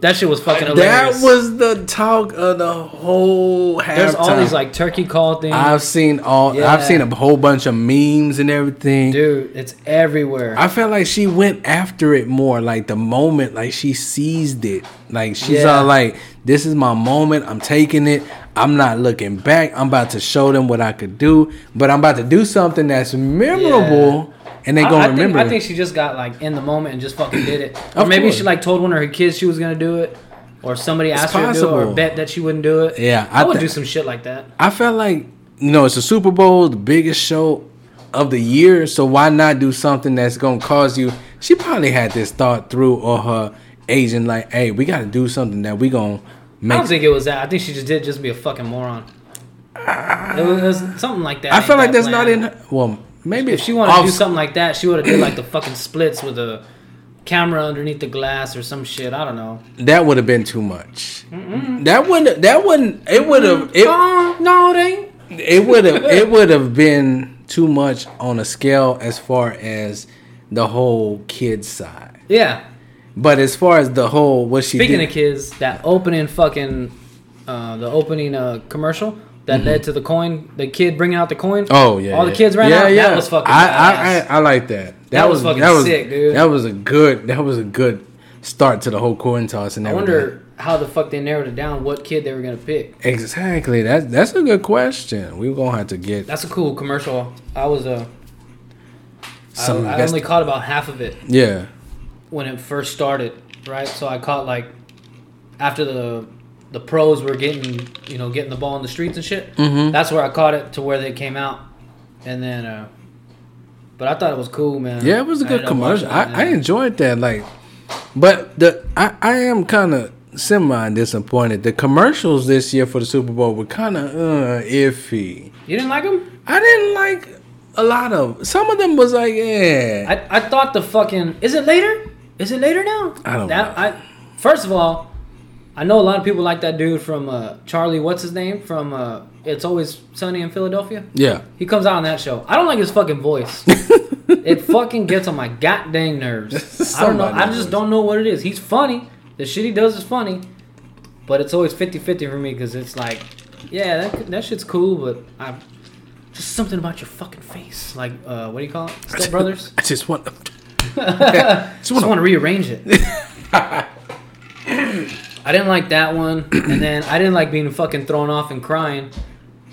B: that shit was fucking
C: That
B: hilarious.
C: was the talk of the whole halftime.
B: There's all these like turkey call things,
C: I've seen all.
B: Yeah.
C: I've seen a whole bunch of memes and everything.
B: dude. It's everywhere.
C: I felt like she went after it more, like the moment, like she seized it. Like she's
B: Yeah.
C: all like, "This is my moment. I'm taking it. I'm not looking back. I'm about to show them what I could do. But I'm about to do something that's memorable, and they
B: I-
C: gonna
B: I,
C: remember."
B: Think, I
C: it.
B: think she just got like in the moment and just fucking did it. or
C: Of
B: maybe
C: course.
B: she like told one of her kids she was gonna do it, or somebody asked her to do it,
C: possible.
B: or bet that she wouldn't do it.
C: Yeah,
B: I,
C: I
B: would
C: thi-
B: do some shit like that.
C: I felt like you know it's a Super Bowl, the biggest show of the year. So why not do something that's gonna cause you? She probably had this thought through, or her agent like, "Hey, we gotta do something that we gonna
B: I
C: make."
B: don't think it was that. I think she just did just be a fucking moron. It was, it was something like that.
C: I
B: ain't
C: feel like
B: that
C: that's not in.
B: planned.
C: Her, well, maybe
B: If she wanted to do
C: off-
B: something like that, she would have did like the fucking splits with a camera underneath the glass or some shit. I don't know.
C: that would have been too much. That wouldn't. That wouldn't. It would have. It,
B: oh, no, it ain't.
C: it would have. It would have been too much on a scale as far as the whole kids side.
B: Yeah.
C: But as far as the whole what she
B: Speaking
C: did,
B: of kids, that opening fucking, uh, the opening uh, commercial that led to the coin, the kid bringing out the coin.
C: Mm-hmm. Oh yeah,
B: All the
C: yeah.
B: kids ran out. That was fucking.
C: I
B: badass.
C: I, I I like that. That,
B: That was
C: was,
B: fucking
C: that was,
B: sick, dude.
C: That was a good. That was a good start to the whole coin toss and
B: I
C: everything.
B: wonder how the fuck they narrowed it down. What kid they were gonna pick.
C: Exactly. That's that's a good question. We're gonna have to get
B: That's a cool commercial. I was uh,
C: some.
B: I, I
C: invest-
B: only caught about half of it
C: yeah.
B: when it first started, right? So I caught like after the the pros were getting you know getting the ball in the streets and shit. Mm-hmm. That's where I caught it to where they came out, and then. uh But I thought it was cool, man.
C: Yeah, it was a
B: I
C: good
B: ended up watching
C: commercial. I,
B: it,
C: I
B: man.
C: enjoyed that. Like, but the I, I am kind of semi disappointed. The commercials this year for the Super Bowl were kind of uh, iffy.
B: you didn't like them?
C: I didn't like a lot of some of them. Was like, eh. yeah,
B: I I thought the fucking is it later? Is it later now?
C: I don't
B: that,
C: know.
B: I first of all, I know a lot of people like that dude from uh, Charlie. What's his name from? Uh, it's always sunny in Philadelphia.
C: yeah.
B: He comes out on that show. I don't like his fucking voice. it fucking gets on my goddamn nerves. I don't know. I
C: Somebody's
B: just
C: voice.
B: don't know what it is. He's funny. The shit he does is funny. But it's always 50 50 for me because it's like, yeah, that, that shit's cool, but I There's something about your fucking face. Like, uh, what do you call it? Step Brothers?
C: I just want.
B: I just want to rearrange it. I didn't like that one, and then I didn't like being fucking thrown off and crying.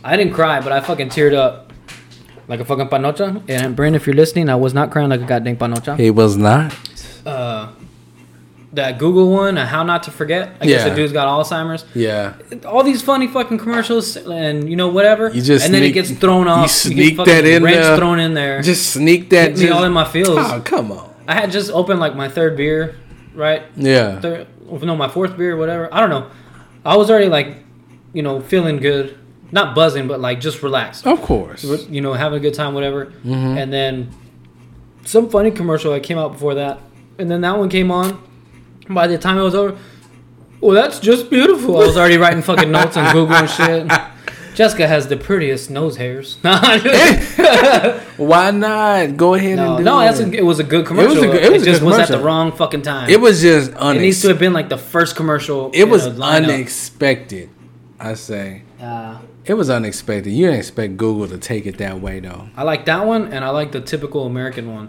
B: I didn't cry, but I fucking teared up like a fucking panocha. And Bryn, if you're listening, I was not crying like a goddamn panocha.
C: It was not.
B: Uh, that Google one, uh, how not to forget. I guess
C: Yeah.
B: the dude's got Alzheimer's.
C: Yeah.
B: All these funny fucking commercials and you know whatever.
C: You just
B: and then it
C: sneak-
B: gets thrown off.
C: You
B: get
C: sneak
B: fucking
C: that in
B: wrench
C: there.
B: thrown in there.
C: Just sneak that.
B: Hit me
C: just-
B: all in my feels.
C: Oh, come on.
B: I had just opened like my third beer, right?
C: Yeah.
B: third, no, my fourth beer, whatever. I don't know. I was already like, you know, feeling good, not buzzing, but like just relaxed.
C: Of course.
B: You know, having a good time, whatever.
C: Mm-hmm.
B: And then some funny commercial that came out before that, and then that one came on. By the time it was over, well, that's just beautiful. I was already writing fucking notes on Google and shit. Jessica has the prettiest nose hairs.
C: Why not? Go ahead and
B: no,
C: do
B: no,
C: it.
B: that's a, it was a good commercial. It,
C: a good- it was a
B: just
C: good
B: was at
C: commercial.
B: the wrong fucking time.
C: it was just
B: It needs to
C: unexpected.
B: have been like the first commercial.
C: It was
B: unexpected.
C: unexpected. I say
B: Uh,
C: it was unexpected. You didn't expect Google to take it that way though.
B: I like that one, and I like the typical American one,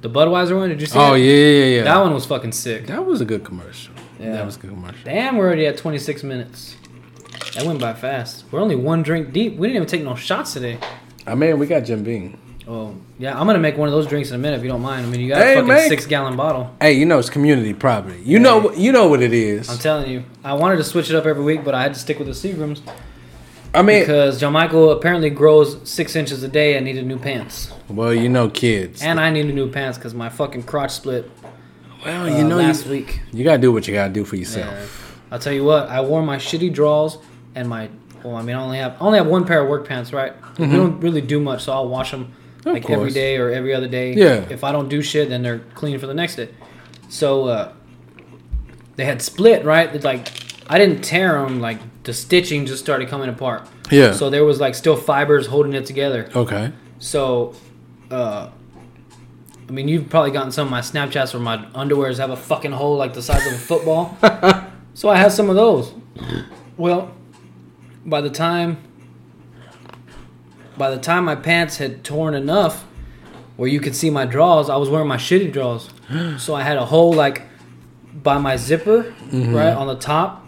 B: the Budweiser one. Did you see?
C: Oh
B: it?
C: yeah, yeah, yeah.
B: that one was fucking sick.
C: That was a good commercial.
B: Yeah.
C: That was a good commercial.
B: Damn, we're already at 26 minutes. That went by fast. We're only one drink deep. We didn't even take no shots today.
C: I mean, we got Jim Beam.
B: Oh yeah, I'm gonna make one of those drinks in a minute if you don't mind. I mean, you got
C: Hey,
B: a fucking
C: make-
B: six gallon bottle.
C: Hey, you know it's community property. You know, you know what it is.
B: I'm telling you, I wanted to switch it up every week, but I had to stick with the Seagrams
C: I mean,
B: because John Michael apparently grows six inches a day and needed new pants.
C: well, you know, kids.
B: And I needed new pants because my fucking crotch split
C: well,
B: uh,
C: you know,
B: last
C: you,
B: week.
C: you gotta do what you gotta do for yourself.
B: Yeah. I'll tell you what, I wore my shitty draws and my well, I mean, I only have I only have one pair of work pants, right? We don't really do much, so I'll wash them
C: Mm-hmm. Of
B: like every
C: course.
B: day or every other day.
C: Yeah.
B: If I don't do shit, then they're clean for the next day. So uh, they had split, right? It's like I didn't tear them; like the stitching just started coming apart.
C: Yeah.
B: So there was like still fibers holding it together.
C: Okay.
B: So, uh, I mean, you've probably gotten some of my Snapchats where my underwears have a fucking hole like the size of a football. so I have some of those. Well, by the time, by the time my pants had torn enough, where you could see my drawers, I was wearing my shitty drawers. so I had a hole like by my zipper, right on the top,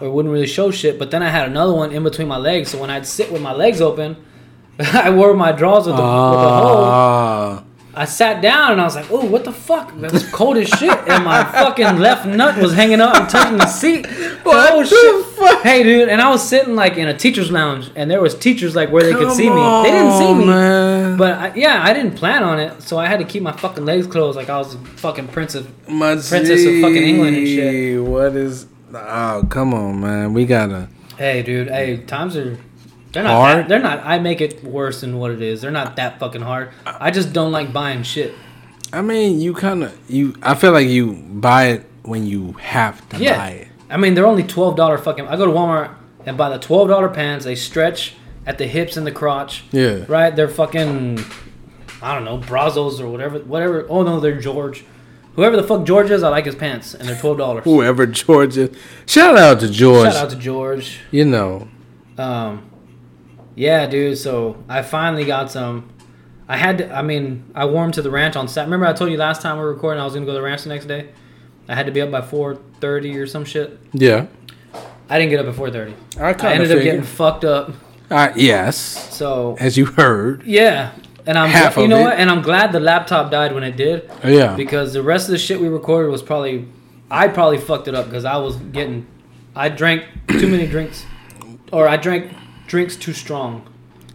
B: or it wouldn't really show shit. But then I had another one in between my legs, so when I'd sit with my legs open. I wore my drawers with the, with the hole,
C: Ah.
B: I sat down and I was like, "Oh, what the fuck? That was cold as shit." And my fucking left nut was hanging up and touching the seat.
C: What
B: oh
C: the
B: shit!
C: fuck?
B: Hey, dude, and I was sitting like in a teacher's lounge, and there was teachers like where they could
C: Come
B: see me. They didn't see
C: on,
B: me,
C: man.
B: but I, yeah, I didn't plan on it, so I had to keep my fucking legs closed, like I was a fucking prince of.
C: My
B: Princess of fucking England and shit.
C: gee, What is? Oh, come on, man. We gotta.
B: Hey, dude. Hey, times are. They're not.
C: Hard?
B: That, they're not. I make it worse than what it is. They're not that fucking hard. I just don't like buying shit.
C: I mean, you kind of you. I feel like you buy it when you have to
B: Yeah.
C: buy it.
B: I mean, they're only twelve dollar fucking. I go to Walmart and buy the twelve dollar pants. They stretch at the hips and the crotch.
C: Yeah.
B: Right. They're fucking. I don't know Brazos or whatever. Whatever. Oh no, they're George. Whoever the fuck George is, I like his pants, and they're twelve dollars. Shout
C: Whoever George is, shout out to George.
B: out to George.
C: you know,
B: Um, yeah, dude. So I finally got some. I had. To, I mean, I wore them to the ranch on Saturday. Remember, I told you last time we were recording, I was gonna go to the ranch the next day. I had to be up by four thirty or some shit.
C: yeah.
B: I didn't get up at four thirty.
C: I
B: I
C: kind
B: ended
C: of
B: up getting fucked up.
C: Uh, yes,
B: So
C: as you heard.
B: yeah, and I'm
C: Half
B: you
C: of
B: know
C: it. Uh-huh.
B: what? And I'm glad the laptop died when it did
C: Yeah,
B: because the rest of the shit we recorded was probably I probably fucked it up because I was getting I drank too many drinks or I drank drinks too strong.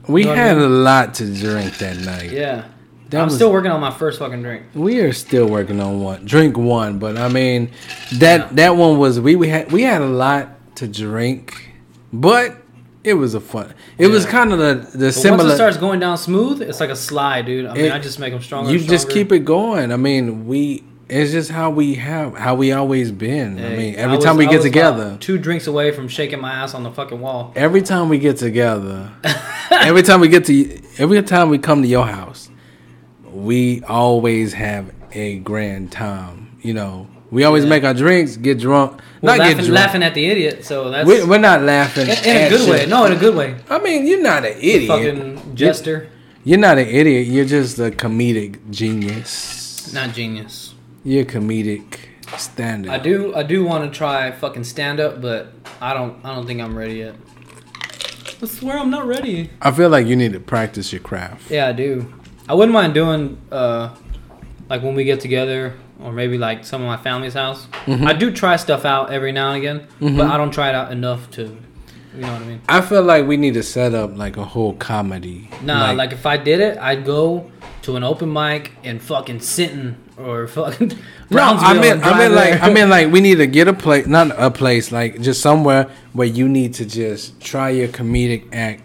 C: we
B: know what I
C: had a lot to drink that night.
B: Yeah.
C: That
B: I'm
C: was-
B: still working on my first fucking drink.
C: We are still working on one. Drink one, but I mean, that that one was we, we had we had a lot to drink, but it was a fun. It was
B: Yeah.
C: kind of the the
B: But
C: similar.
B: once it starts going down smooth, it's like a slide, dude. I mean,
C: It-
B: I just make them stronger.
C: you
B: and
C: just
B: stronger.
C: keep it going. I mean, we it's just how we have how we always been. I
B: Hey,
C: mean, every
B: was-
C: time we
B: I
C: get
B: was about
C: together,
B: two drinks away from shaking my ass on the fucking wall.
C: every time we get together, every time we get to every time we come to your house, we always have a grand time. You know, We always make our drinks, get drunk,
B: We're
C: not get
B: laughing,
C: drunk.
B: laughing at the idiot. So that's
C: We, we're not laughing
B: in, in a
C: at
B: good way.
C: shit.
B: No, in a good way.
C: I mean, you're not an idiot.
B: Fucking jester,
C: You're not an idiot. You're just a comedic genius.
B: not genius.
C: You're comedic standard.
B: I do, I do want to try fucking stand up, but I don't, I don't think I'm ready yet. I swear I'm not ready.
C: I feel like you need to practice your craft.
B: Yeah, I do. I wouldn't mind doing uh, like when we get together, or maybe like some of my family's house.
C: Mm-hmm.
B: I do try stuff out every now and again, but I don't try it out enough to, you know what I mean.
C: I feel like we need to set up like a whole comedy.
B: Nah, like, if I did it, I'd go to an open mic in fucking Sinton or fucking
C: no,
B: Brownsville.
C: I mean,
B: and
C: I
B: drive
C: mean, like,
B: there.
C: I mean, like, we need to get a place, not a place, like, just somewhere where you need to just try your comedic act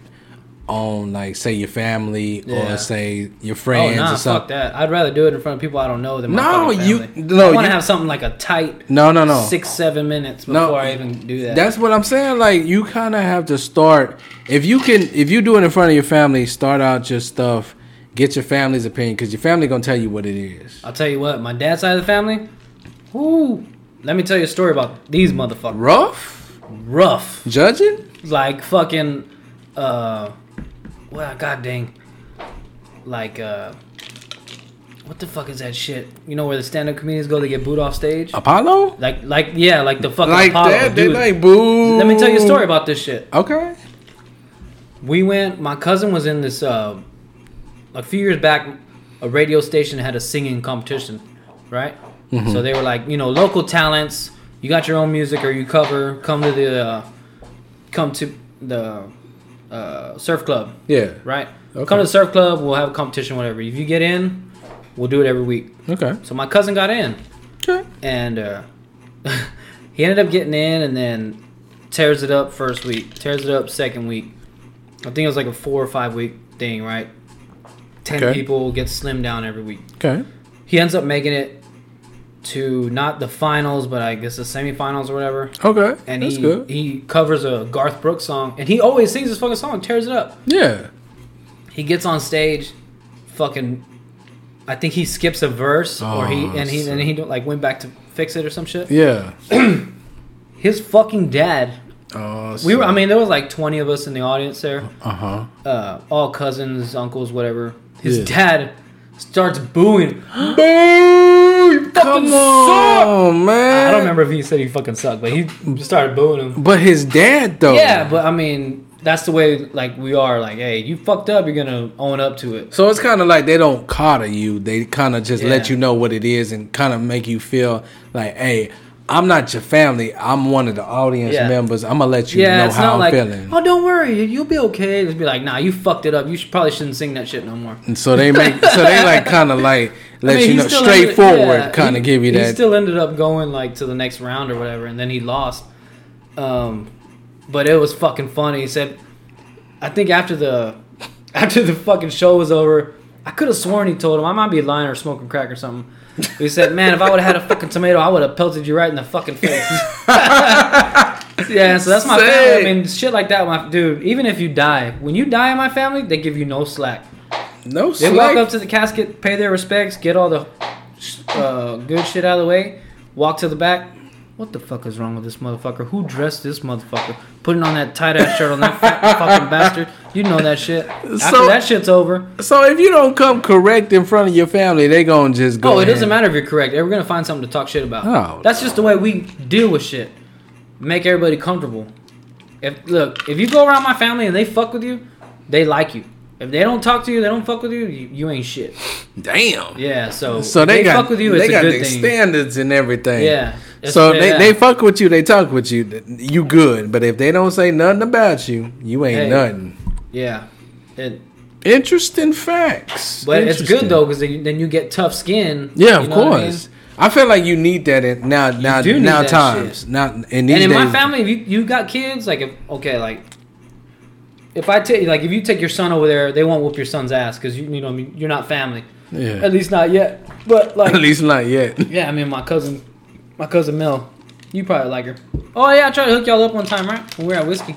C: on, like, say your family
B: Yeah.
C: or say
B: oh
C: your friends
B: nah,
C: or
B: fuck
C: something.
B: that. I'd rather do it in front of people I don't know than my
C: No,
B: fucking
C: you-
B: family.
C: no,
B: I want to
C: you-
B: have something like a tight
C: No, no, no.
B: six seven minutes before
C: No,
B: I even do that.
C: That's what I'm saying. Like, you kind of have to start if you can, if you do it in front of your family, start out your stuff, get your family's opinion because your family gonna tell you what it is.
B: I'll tell you what, my dad's side of the family. Whoo! Let me tell you a story about these motherfuckers.
C: Rough
B: Rough.
C: judging.
B: like fucking uh well god dang like uh what the fuck is that shit you know where the stand-up comedians go to get booed off stage
C: Apollo?
B: like like yeah like the fucking
C: Like
B: Apollo,
C: that? They
B: dude.
C: like boo.
B: let me tell you a story about this shit
C: Okay.
B: we went my cousin was in this uh a few years back a radio station had a singing competition right so they were like you know local talents you got your own music or you cover come to the uh, come to the uh, surf club
C: Yeah.
B: right
C: Okay.
B: come to the surf club we'll have a competition whatever if you get in we'll do it every week
C: Okay.
B: so my cousin got in
C: Okay.
B: and uh, he ended up getting in and then tears it up first week tears it up second week i think it was like a four or five week thing right 10
C: Okay.
B: people get slimmed down every week
C: Okay.
B: he ends up making it to not the finals but i guess the semifinals or whatever
C: Okay.
B: and
C: That's
B: he,
C: good.
B: he covers a garth brooks song and he always sings this fucking song tears it up
C: yeah.
B: he gets on stage, fucking. I think he skips a verse, or he
C: Oh,
B: and he and he don't, like went back to fix it or some shit.
C: Yeah.
B: His fucking dad.
C: Oh,
B: We were. I mean, there was like twenty of us in the audience there,
C: Uh huh.
B: uh, all cousins, uncles, whatever. His
C: Yeah.
B: dad starts booing.
C: Boo! Come
B: suck!
C: on, man.
B: I don't remember if he said he fucking sucked, but he started booing him.
C: But his dad though.
B: Yeah, but I mean, that's the way like we are. Like, hey, you fucked up. You're gonna own up to it.
C: So it's kind of like they don't coddle you. They kind of just let
B: Yeah.
C: you know what it is and kind of make you feel like, hey, I'm not your family. I'm one of the audience
B: Yeah.
C: members. I'm gonna let you
B: Yeah,
C: know
B: it's
C: how
B: not
C: I'm
B: like,
C: feeling.
B: oh, don't worry, you'll be okay. Just be like, nah, you fucked it up. You should, probably shouldn't sing that shit no more.
C: And so they make so they like kind of like let
B: I mean,
C: you
B: he
C: know
B: still ended-
C: straightforward
B: yeah,
C: kind
B: he-
C: of give you
B: He
C: that.
B: still ended up going like to the next round or whatever, and then he lost. Um, but it was fucking funny. He said, I think after the after the fucking show was over, I could have sworn he told him I might be lying or smoking crack or something. He said, "Man, if I would have had a fucking tomato, I would have pelted you right in the fucking face." yeah, so that's my
C: Sick.
B: family. I mean, shit like that, my dude. Even if you die, when you die in my family, they give you no slack.
C: no
B: They walk up
C: slack.
B: to the casket, pay their respects, get all the uh, good shit out of the way, walk to the back. What the fuck is wrong with this motherfucker? Who dressed this motherfucker? Putting on that tight ass shirt on that fat fucking bastard. You know that shit. After
C: So-
B: that shit's over.
C: So if you don't come correct in front of your family, they gonna just go.
B: Oh, it
C: ahead.
B: doesn't matter if you're correct. We're gonna find something to talk shit about.
C: Oh,
B: That's just the way we deal with shit. Make everybody comfortable. If look, if you go around my family and they fuck with you, they like you. If they don't talk to you, they don't fuck with you. You, you ain't shit.
C: Damn.
B: Yeah. So
C: So
B: if
C: they, got
B: fuck with you.
C: they
B: It's
C: got
B: a good
C: their
B: thing.
C: standards and everything.
B: Yeah.
C: So
B: It's-
C: they,
B: yeah.
C: they fuck with you, they talk with you, you good. But if they don't say nothing about you, you ain't
B: Hey.
C: nothing.
B: yeah. It,
C: Interesting facts.
B: but it's good
C: Interesting.
B: though because then, then you get tough skin.
C: Yeah, of
B: you know what I mean?
C: course. I, feel like you need that in now now
B: do need
C: now
B: that
C: times.
B: shit.
C: Now in these
B: and in
C: days,
B: my family, if you you got kids, like if okay, like if I take like if you take your son over there, they won't whoop your son's ass because you you know I mean, you're not family.
C: Yeah.
B: At least not yet. But like
C: at least not yet.
B: yeah, I mean my cousin, my cousin Mel, you probably like her. Oh yeah, I tried to hook y'all up one time, right? When we were at whiskey.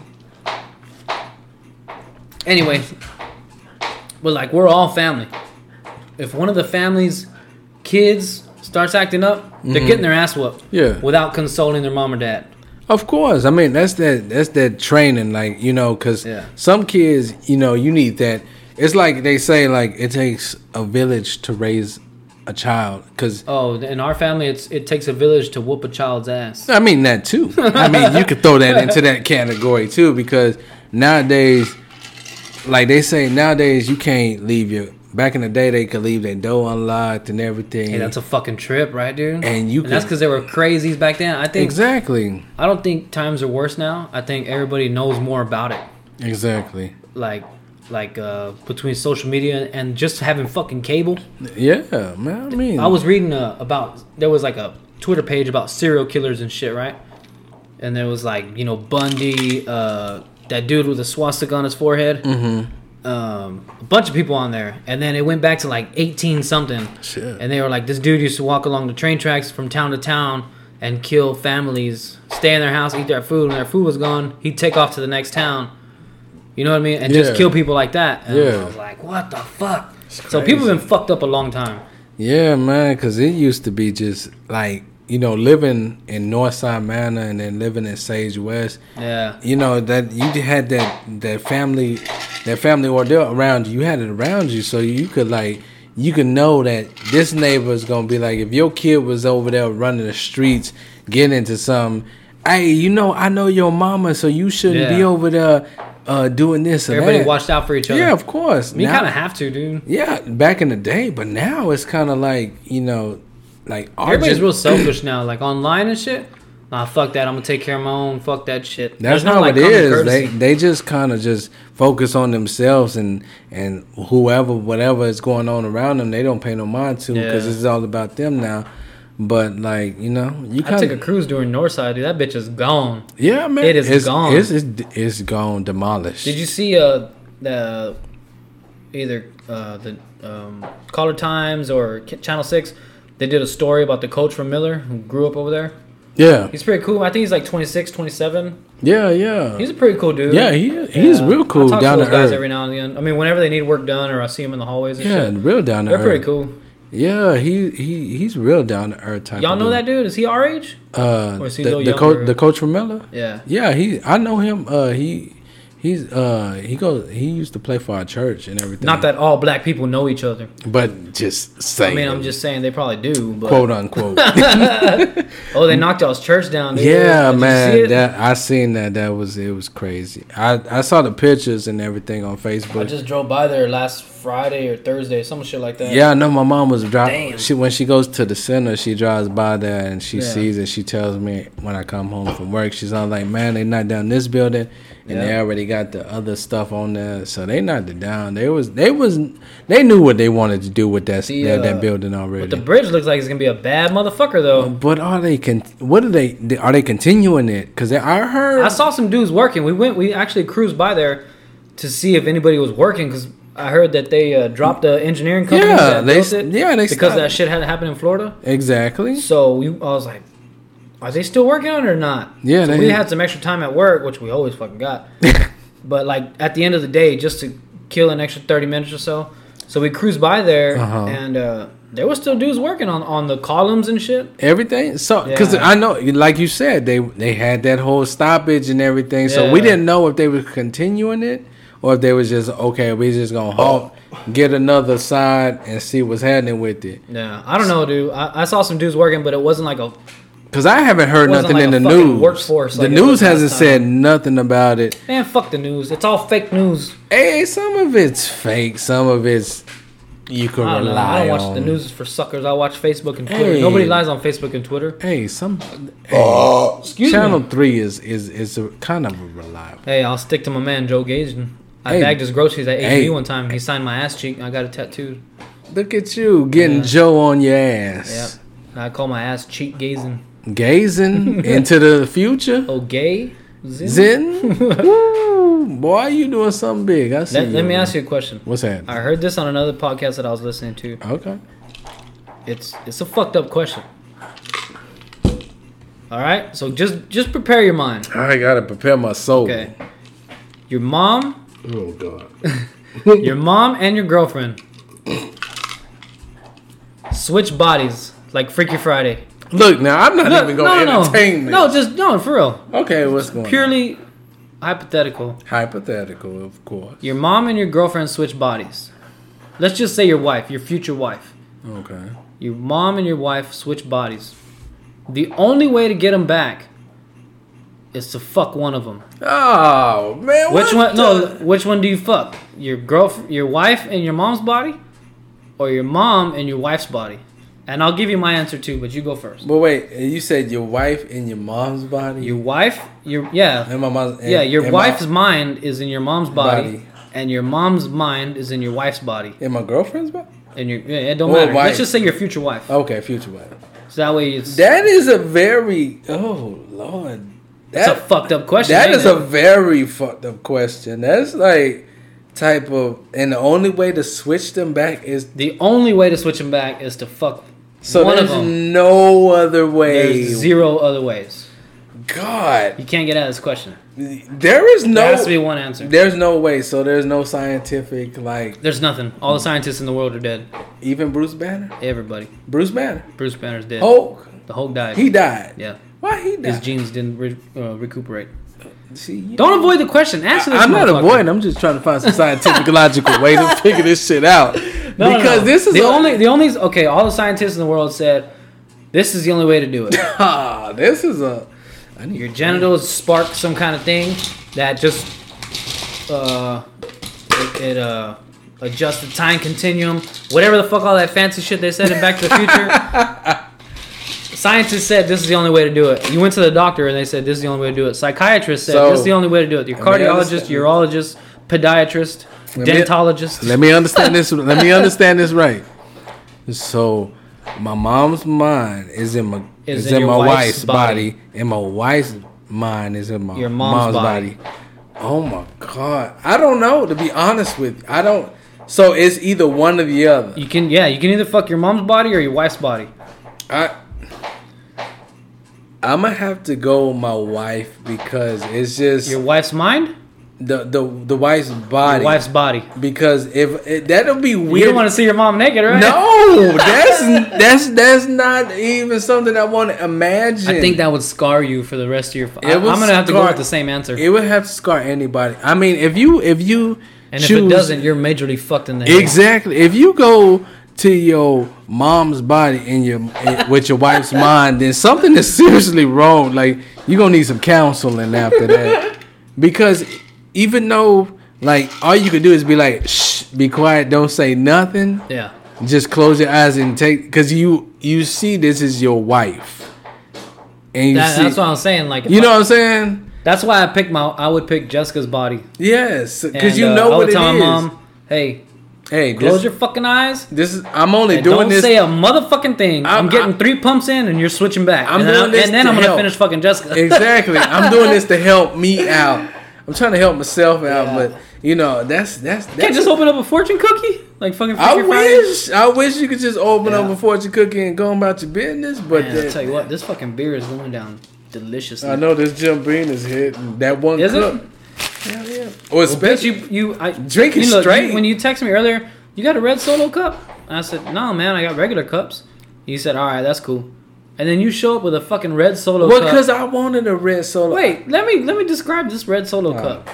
B: Anyway, but like we're all family. If one of the family's kids starts acting up, they're getting their ass whooped.
C: Mm-hmm. Yeah.
B: Without consoling their mom or dad.
C: Of course, I mean that's that that's that training, like you know, because
B: Yeah.
C: some kids, you know, you need that. It's like they say, like it takes a village to raise a child. Because
B: Oh, in our family, it's it takes a village to whoop a child's ass.
C: I mean that too. I mean you could throw that into that category too, because nowadays, like they say, nowadays you can't leave your. Back in the day, they could leave their door unlocked and everything.
B: Hey, that's a fucking trip, right, dude?
C: And you
B: and that's
C: can-
B: because they were crazies back then. I think
C: exactly,
B: I don't think times are worse now. I think everybody knows more about it.
C: exactly.
B: Like like uh, between social media and just having fucking cable.
C: Yeah, man. I mean,
B: I was reading uh, about there was like a Twitter page about serial killers and shit, right? And there was like you know Bundy, uh, that dude with the swastika on his forehead, mm-hmm. um, a bunch of people on there, and then it went back to like eighteen something,
C: Shit.
B: and they were like, this dude used to walk along the train tracks from town to town and kill families, stay in their house, eat their food, when their food was gone, he'd take off to the next town. You know what I mean? And just
C: Yeah.
B: kill people like that. And
C: Yeah.
B: I was like, what the fuck? So people have been fucked up a long time.
C: Yeah, man, because it used to be just like, you know, living in Northside Manor and then living in Sage West,
B: Yeah.
C: you know, that you had that that family that family ordeal around you. You had it around you so you could like you could know that this neighbor is gonna be like if your kid was over there running the streets, getting into something, hey, you know, I know your mama, so you shouldn't be
B: Yeah.
C: over there uh doing this and
B: Everybody
C: that.
B: watched out for each other.
C: Yeah, of course.
B: You
C: Now-
B: kind of have to, dude.
C: yeah, back in the day, but now it's kind of like you know, like our
B: Everybody's
C: gen-
B: real selfish now, like online and shit. Nah, fuck that. I'm gonna take care of my own. Fuck that shit.
C: That's
B: There's no,
C: how
B: like,
C: it
B: common
C: is. They
B: courtesy.
C: they just kind of just focus on themselves and and whoever whatever is going on around them, they don't pay no mind to because
B: Yeah.
C: it's all about them now. But like you know, you
B: I took
C: kind
B: a
C: of
B: cruise during Northside, dude. That bitch is gone.
C: yeah, man,
B: It is
C: it's,
B: gone.
C: It's, it's it's gone, demolished.
B: Did you see uh the either uh the um Caller Times or K- Channel Six? They did a story about the coach from Miller who grew up over there.
C: Yeah,
B: He's pretty cool. I think he's like 26, 27.
C: yeah, yeah.
B: He's a pretty cool dude.
C: yeah, he he's
B: Yeah.
C: real cool
B: I talk
C: down
B: to
C: to
B: those guys
C: earth.
B: every now and then. I mean, whenever they need work done or I see them in the hallways and
C: yeah,
B: shit.
C: real down to
B: They're
C: earth.
B: pretty cool.
C: Yeah, he, he he's real down to earth type.
B: Y'all
C: of
B: know
C: dude.
B: that dude? Is he our age?
C: Uh,
B: Or is he a
C: the,
B: little
C: the coach,
B: younger?
C: the coach from Miller.
B: Yeah.
C: Yeah, he. I know him. Uh, he, he's uh, he goes. He used to play for our church and everything.
B: Not that all black people know each other.
C: but just say.
B: I mean, I'm just saying they probably do. But
C: quote uh, unquote.
B: oh, they knocked y'all's church down. dude.
C: yeah,
B: Did you see
C: man.
B: it?
C: That I seen that. That was it. Was crazy. I I saw the pictures and everything on Facebook.
B: I just drove by there last Friday or Thursday, some shit like that.
C: yeah, I know my mom was driving.
B: Damn.
C: She when she goes to the center, she drives by there and she
B: Yeah.
C: sees it. She tells me when I come home from work, she's all like, "Man, they knocked down this building, and they
B: Yeah.
C: already got the other stuff on there, so they knocked it down. They was they was they knew what they wanted to do with that
B: The,
C: that, that
B: uh,
C: building
B: But
C: already.
B: the bridge looks like it's gonna be a bad motherfucker though.
C: But are they con? What are they? they- Are they continuing it? Because I heard
B: I saw some dudes working. We went. We actually cruised by there to see if anybody was working because I heard that they uh, dropped the engineering company.
C: Yeah,
B: that
C: they-
B: built it
C: yeah, they
B: because
C: stopped.
B: that shit had happened in Florida.
C: exactly.
B: So we, I was like, are they still working on it or not?
C: Yeah,
B: So
C: they-
B: we had some extra time at work, which we always fucking got. but like at the end of the day, just to kill an extra thirty minutes or so, so we cruised by there,
C: Uh-huh.
B: and uh, there were still dudes working on on the columns and shit.
C: Everything. So, because
B: Yeah.
C: I know, like you said, they they had that whole stoppage and everything. So we
B: Yeah.
C: didn't know if they were continuing it or if they was just okay. We just gonna halt, get another side, and see what's happening with it.
B: Yeah, I don't know, dude. I, I saw some dudes working, but it wasn't like a
C: Because I haven't heard
B: Wasn't
C: nothing
B: like
C: in
B: a
C: the
B: fucking
C: news.
B: workforce
C: the
B: like it
C: news
B: was last
C: hasn't
B: time.
C: said nothing about it.
B: man. Fuck the news. It's all fake news.
C: Hey, some of it's fake. Some of it's you can
B: I don't know. I
C: rely
B: don't watch
C: on.
B: the news for suckers. I watch Facebook and Twitter.
C: Hey.
B: Nobody lies on Facebook and Twitter.
C: Hey, some
B: Oh, Excuse
C: channel
B: me.
C: three is is is a, kind of a reliable.
B: Hey, I'll stick to my man Joe Gajan. I
C: Hey.
B: bagged his groceries at AV
C: Hey.
B: one time. He signed my ass cheek. and I got it tattooed.
C: Look at you getting
B: Yeah.
C: Joe on your ass.
B: Yep. And I call my ass cheek gazing.
C: gazing into the future.
B: Oh, gay? Zin?
C: Zen, woo, boy, you doing something big. I see.
B: Let, let me ask
C: you.
B: you a question.
C: What's that?
B: I heard this on another podcast that I was listening to.
C: Okay.
B: It's it's a fucked up question. All right, so just just prepare your mind.
C: I gotta prepare my soul.
B: Okay, your mom,
C: Oh God.
B: your mom and your girlfriend switch bodies like Freaky Friday.
C: Look, now I'm not even going to
B: no,
C: entertain
B: no,
C: this.
B: just no, for real.
C: okay, what's going on?
B: Purely hypothetical.
C: Hypothetical, of course.
B: Your mom and your girlfriend switch bodies. Let's just say your wife, your future wife.
C: Okay.
B: Your mom and your wife switch bodies. The only way to get them back is to fuck one of them.
C: Oh man,
B: Which one?
C: what
B: No,
C: the-
B: which one do you fuck? Your girl, your wife, and your mom's body, or your mom and your wife's body? And I'll give you my answer too, but you go first.
C: But wait, you said your wife in your mom's body.
B: Your wife, your yeah,
C: and my mom's. and-
B: yeah. Your
C: and my-
B: wife's mind is in your mom's body,
C: Body.
B: and your mom's mind is in your wife's body.
C: and my girlfriend's body.
B: And your yeah, it don't
C: Or
B: matter.
C: Oh, wife.
B: Let's just say your future wife.
C: Okay, future wife.
B: So that way it's,
C: That is a very oh lord.
B: it's a
C: That-
B: fucked up question.
C: That
B: ain't
C: is
B: it?
C: a very fucked up question. That's like type of and the only way to switch them back is
B: the only way to switch them back is to fuck
C: so
B: one of
C: there's
B: them.
C: no other way.
B: There's zero other ways.
C: God,
B: You can't get out of this question.
C: there is
B: There
C: no
B: has to be one answer.
C: there's no way. So there's no scientific like
B: There's nothing. All the scientists in the world are dead.
C: even Bruce Banner.
B: Everybody.
C: Bruce Banner.
B: Bruce Banner's dead.
C: Hulk.
B: The Hulk died.
C: Oh, He died.
B: yeah.
C: Why he
B: His
C: died?
B: genes didn't re- uh, recuperate.
C: See, you-
B: Don't avoid the question. Answer this.
C: I'm not
B: motherfucker.
C: avoiding. I'm just trying to find some scientific logical way to figure this shit out.
B: No, no,
C: because
B: no.
C: this is
B: the
C: a-
B: only. The only. Okay. All the scientists in the world said, "This is the only way to do it."
C: Ah, this is a. I need
B: Your genitals spark some kind of thing that just uh, it, it uh adjusts the time continuum. Whatever the fuck all that fancy shit they said in Back to the Future. Scientists said this is the only way to do it. You went to the doctor and they said this is the only way to do it. Psychiatrist said
C: So-
B: this is the only way to do it. Your
C: Let me
B: cardiologist,
C: understand.
B: urologist, podiatrist,
C: me-
B: dentologist.
C: Let me understand this. Let me understand this right. So, my mom's mind is in my
B: Is
C: is,
B: in
C: in,
B: your
C: my
B: wife's
C: wife's body. and my wife's mind is in my
B: Your mom's body.
C: Oh my god! I don't know. To be honest with you, I don't. So it's either one or the other.
B: you can yeah, you can either fuck your mom's body or your wife's body.
C: I. I'm gonna have to go with my wife because it's just
B: Your wife's mind,
C: the the the wife's body.
B: your wife's body.
C: because if it, that'll be weird.
B: You don't want to see your mom naked, right?
C: No, that's that's that's not even something I want to imagine.
B: I think that would scar you for the rest of your. It I,
C: It
B: am
C: would
B: gonna have to go
C: scar-
B: with the same answer.
C: it would have to scar anybody. I mean, if you if you
B: and if it doesn't, you're majorly fucked in the head.
C: exactly. If you go to your mom's body and your and- with your wife's mind, then something is seriously wrong. Like you're gonna need some counseling after that, because even though like all you could do is be like, shh, be quiet, don't say nothing.
B: Yeah.
C: just close your eyes and take because you you see this is your wife and you
B: That,
C: see
B: that's what I'm saying. Like, if
C: you know
B: I-
C: what i'm saying
B: that's why I picked my. I would pick Jessica's body
C: yes
B: And,
C: because you
B: uh,
C: know
B: I would
C: what it is
B: tell my mom, hey,
C: hey
B: close
C: this,
B: your fucking eyes.
C: this is i'm only
B: and
C: doing
B: don't
C: this
B: say a motherfucking thing. I'm,
C: I'm-
B: getting
C: I-
B: three pumps in, and you're switching back.
C: I'm
B: and then,
C: doing
B: I'm-
C: this
B: and then
C: to
B: I'm gonna
C: help.
B: finish fucking Jessica.
C: exactly i'm doing this to help me out i'm trying to help myself out
B: Yeah.
C: but you know that's that's that's
B: Can't just open up a fortune cookie, like fucking.
C: I
B: Freaky Friday?
C: wish, I wish you could just open up
B: Yeah.
C: a fortune cookie and go about your business, but
B: Man, I
C: that-
B: tell you what, this fucking beer is going down deliciously.
C: I know this Jim Beam is hitting that one
B: Is it?
C: cup. Hell yeah. Or
B: Bitch,
C: especially
B: you you I
C: Drink it
B: you look,
C: straight.
B: you- when you texted me earlier, you got a red solo cup. And I said, no, man, I got regular cups. You said, all right, that's cool. And then you show up with a fucking red solo
C: Well,
B: cup.
C: because I wanted a red solo.
B: Wait, let me let me describe this red solo
C: Oh,
B: cup.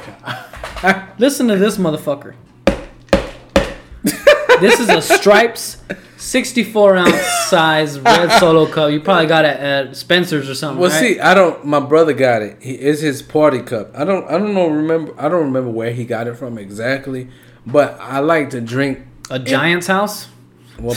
B: Listen to this motherfucker. this is a stripes, sixty-four ounce size red solo cup. You probably got it at Spencer's or something.
C: Well,
B: right?
C: see, I don't. My brother got it. He, it's his party cup. I don't. I don't know. Remember. I don't remember where he got it from exactly. But I like to drink.
B: a giant's house.
C: Well,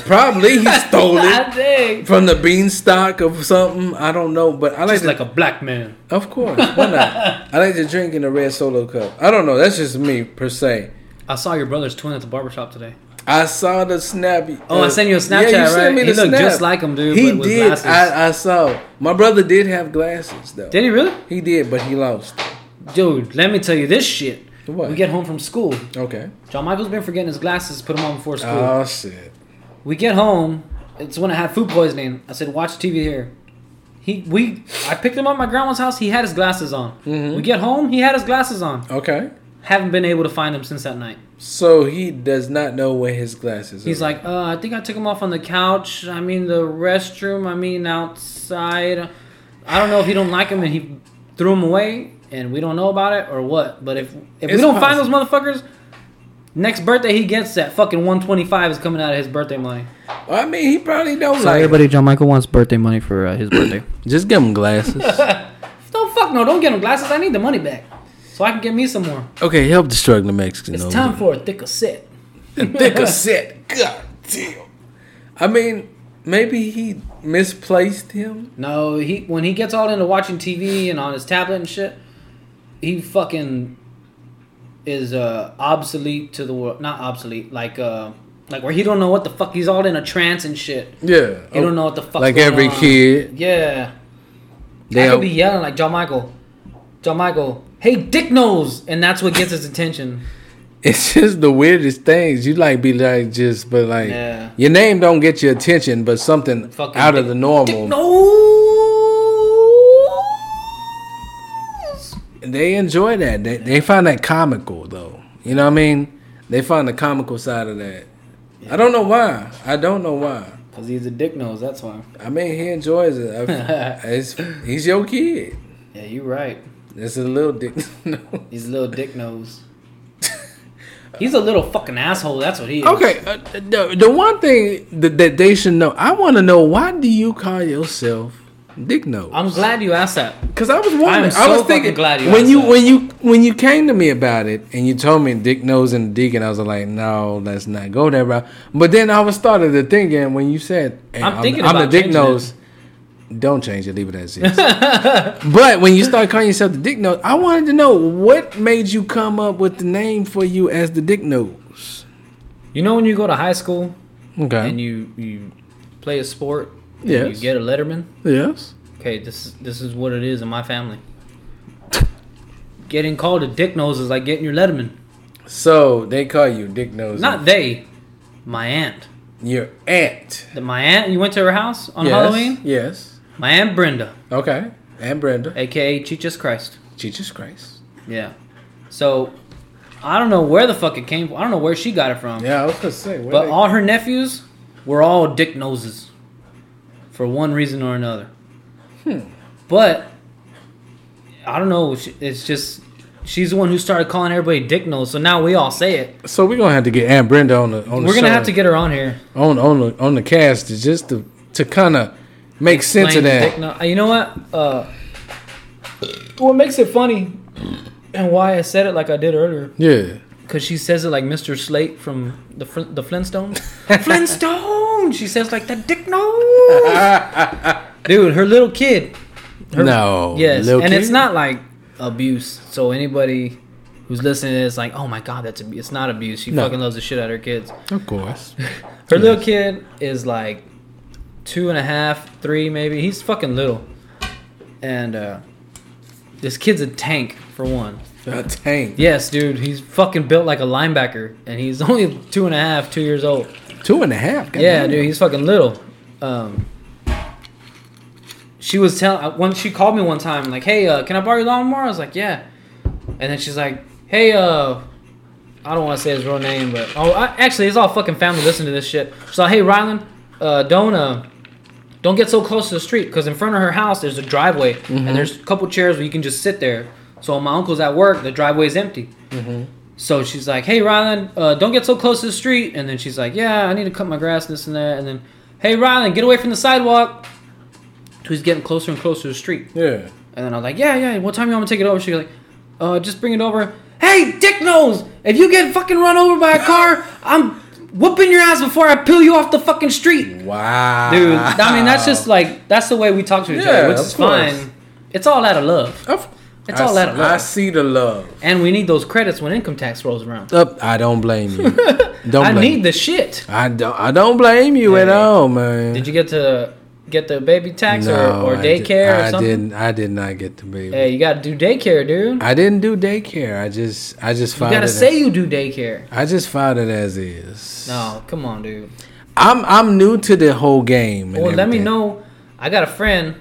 C: probably he stole
B: I
C: it
B: think.
C: from the beanstalk or something. I don't know. But I like
B: Just
C: to.
B: like a black man.
C: of course, why not? I like to drink in a red solo cup. I don't know. That's just me per se.
B: I saw your brother's twin at the barbershop today.
C: I saw the snap. uh,
B: Oh, I sent you a Snapchat, right? He looked just like him, dude,
C: He
B: but with
C: did.
B: glasses.
C: I, I saw. My brother did have glasses though.
B: Did he really?
C: He did, but he lost.
B: Dude, let me tell you this shit.
C: What?
B: We get home from school.
C: Okay.
B: John Michael's been forgetting his glasses, put them on before school.
C: Oh shit.
B: we get home. It's when I had food poisoning. I said, "Watch TV here." He
C: Mm-hmm.
B: we I picked him up at my grandma's house. He had his glasses on. We get home. He had his glasses on.
C: Okay.
B: Haven't been able to find them since that night.
C: So he does not know where his glasses
B: He's
C: are.
B: like, uh, I think I took them off on the couch. I mean, the restroom. I mean, outside. I don't know if he don't like them and he threw them away, and we don't know about it or what. But if if we
C: It's
B: don't find those motherfuckers, next birthday he gets that fucking one twenty five is coming out of his birthday money.
C: I mean, he probably don't
B: So
C: like
B: everybody, John Michael wants birthday money for uh, his birthday.
C: Just give him glasses.
B: don't fuck no. Don't get him glasses. I need the money back, so I can get me some more.
C: okay, help the struggling Mexican.
B: It's
C: over
B: time
C: there.
B: for a thicker set.
C: thicker set. God damn. I mean, maybe he misplaced him.
B: No, he when he gets all into watching TV and on his tablet and shit, he fucking is uh obsolete to the world. Not obsolete, like uh like where he don't know what the fuck. He's all in a trance and shit.
C: Yeah.
B: He don't know what the fuck.
C: Oh, Like
B: going
C: every
B: on.
C: kid.
B: Yeah,
C: They
B: I
C: are,
B: could be yelling like John Michael, John Michael, hey dick nose, and that's what gets his attention.
C: it's just the weirdest things. You like be like just, but like
B: Yeah.
C: your name don't get your attention, but something
B: Fucking
C: out
B: dick-
C: of the normal.
B: Dick nose.
C: They enjoy that. They they find that comical though. You know what I mean? They find the comical side of that. I don't know why. I don't know why.
B: Cause he's a dick nose. That's why.
C: I mean, he enjoys it. I- it's, he's your kid.
B: Yeah, you're right.
C: It's a little dick.
B: He's a little dick nose. He's a little fucking asshole. That's what he is.
C: Okay, uh, the, the one thing that, that they should know, I want to know why do you call yourself Dick Nose?
B: I'm glad you asked that.
C: Because I was wondering,
B: so
C: I was
B: fucking
C: thinking
B: glad you
C: when
B: asked
C: you
B: that.
C: when you when you came to me about it and you told me Dick Nose and Deacon, I was like, no, let's not go that route. But then I was started to thinking when you said, hey,
B: I'm thinking
C: the
B: about
C: Dick
B: changing it.
C: Nose. Don't change it. Leave it as is. but when you start calling yourself the Dick Nose, I wanted to know what made you come up with the name for you as the Dick Nose.
B: You know when you go to high school
C: Okay.
B: and you you play a sport, and
C: Yes.
B: you get a letterman.
C: yes.
B: Okay, this is- this is what it is in my family. Getting called a dick nose is like getting your letterman.
C: So they call you Dick Nose.
B: Not they, my aunt.
C: your aunt.
B: The, my aunt. You went to her house on
C: Yes,
B: Halloween.
C: Yes.
B: My aunt Brenda,
C: Okay. And Brenda.
B: aka Jesus Christ.
C: Jesus Christ.
B: Yeah. So, I don't know where the fuck it came from. I don't know where she got it from.
C: Yeah, I was gonna say. where
B: But
C: they-
B: all her nephews were all dick noses for one reason or another.
C: Hmm.
B: But I don't know. sh- It's just she's the one who started calling everybody dick nose. So now we all say it.
C: so we're gonna have to get Aunt Brenda on the on the
B: We're going to
C: show,
B: have to get her on here.
C: on on the on the cast to just to to kind of make sense
B: Explain
C: of that.
B: dick no- uh, you know what? Uh, what makes it funny and why I said it like I did earlier.
C: yeah.
B: Because she says it like Mr. Slate from the Fl- the Flintstones. Flintstone! She says like that dick nose. Dude, her little kid. Her-
C: no.
B: Yes,
C: little
B: and it's
C: kid?
B: not like abuse. So anybody who's listening is like, oh my god, that's ab- it's not abuse. She
C: No.
B: fucking loves the shit out of her kids.
C: Of course.
B: Her little kid is like two and a half, three maybe. He's fucking little, and uh, this kid's a tank for one.
C: a tank.
B: Yes, dude, he's fucking built like a linebacker, and he's only two and a half, two years old.
C: Two and a half. God
B: Yeah,
C: damn.
B: dude, he's fucking little. Um, she was telling when she called me one time, like, "Hey, uh, can I borrow your lawnmower?" I was like, "Yeah," and then she's like, "Hey, uh, I don't want to say his real name, but oh, I, actually, it's all fucking family listening to this shit." She's like, "Hey, Rylan, uh, don't uh, don't get so close to the street because in front of her house there's a driveway and there's a couple chairs where you can just sit there. So when my uncle's at work, the driveway's empty." So she's like, "Hey, Rylan, uh, don't get so close to the street." And then she's like, "Yeah, I need to cut my grass, this and that." And then, "Hey, Rylan, get away from the sidewalk." So he's getting closer and closer to the street.
C: Yeah.
B: And then I was like, "Yeah, yeah. What time you want me to take it over?" She's like, "Uh, just bring it over." Hey, dick nose! If you get fucking run over by a car, I'm whooping your ass before I peel you off the fucking street
C: Wow.
B: dude. I mean, that's just like that's the way we talk to each
C: Yeah,
B: other, which
C: of
B: is
C: course.
B: fine. It's all out of love,
C: Of-
B: It's
C: I
B: all
C: s-
B: out of love.
C: I see the love.
B: and we need those credits when income tax rolls around.
C: Up. I don't blame you. Don't.
B: I
C: blame
B: need the shit.
C: I don't. I don't blame you at
B: Yeah.
C: all, man.
B: Did you get to get the baby tax or, or
C: I did-
B: daycare
C: I
B: or something?
C: didn't. I did not get the baby.
B: Hey, you gotta do daycare, dude.
C: I didn't do daycare. I just. I just
B: you
C: filed
B: gotta
C: it.
B: say you do daycare.
C: I just filed it as is.
B: No, come on, dude.
C: I'm. I'm new to the whole game. and
B: Well, let me
C: everything.
B: know. I got a friend,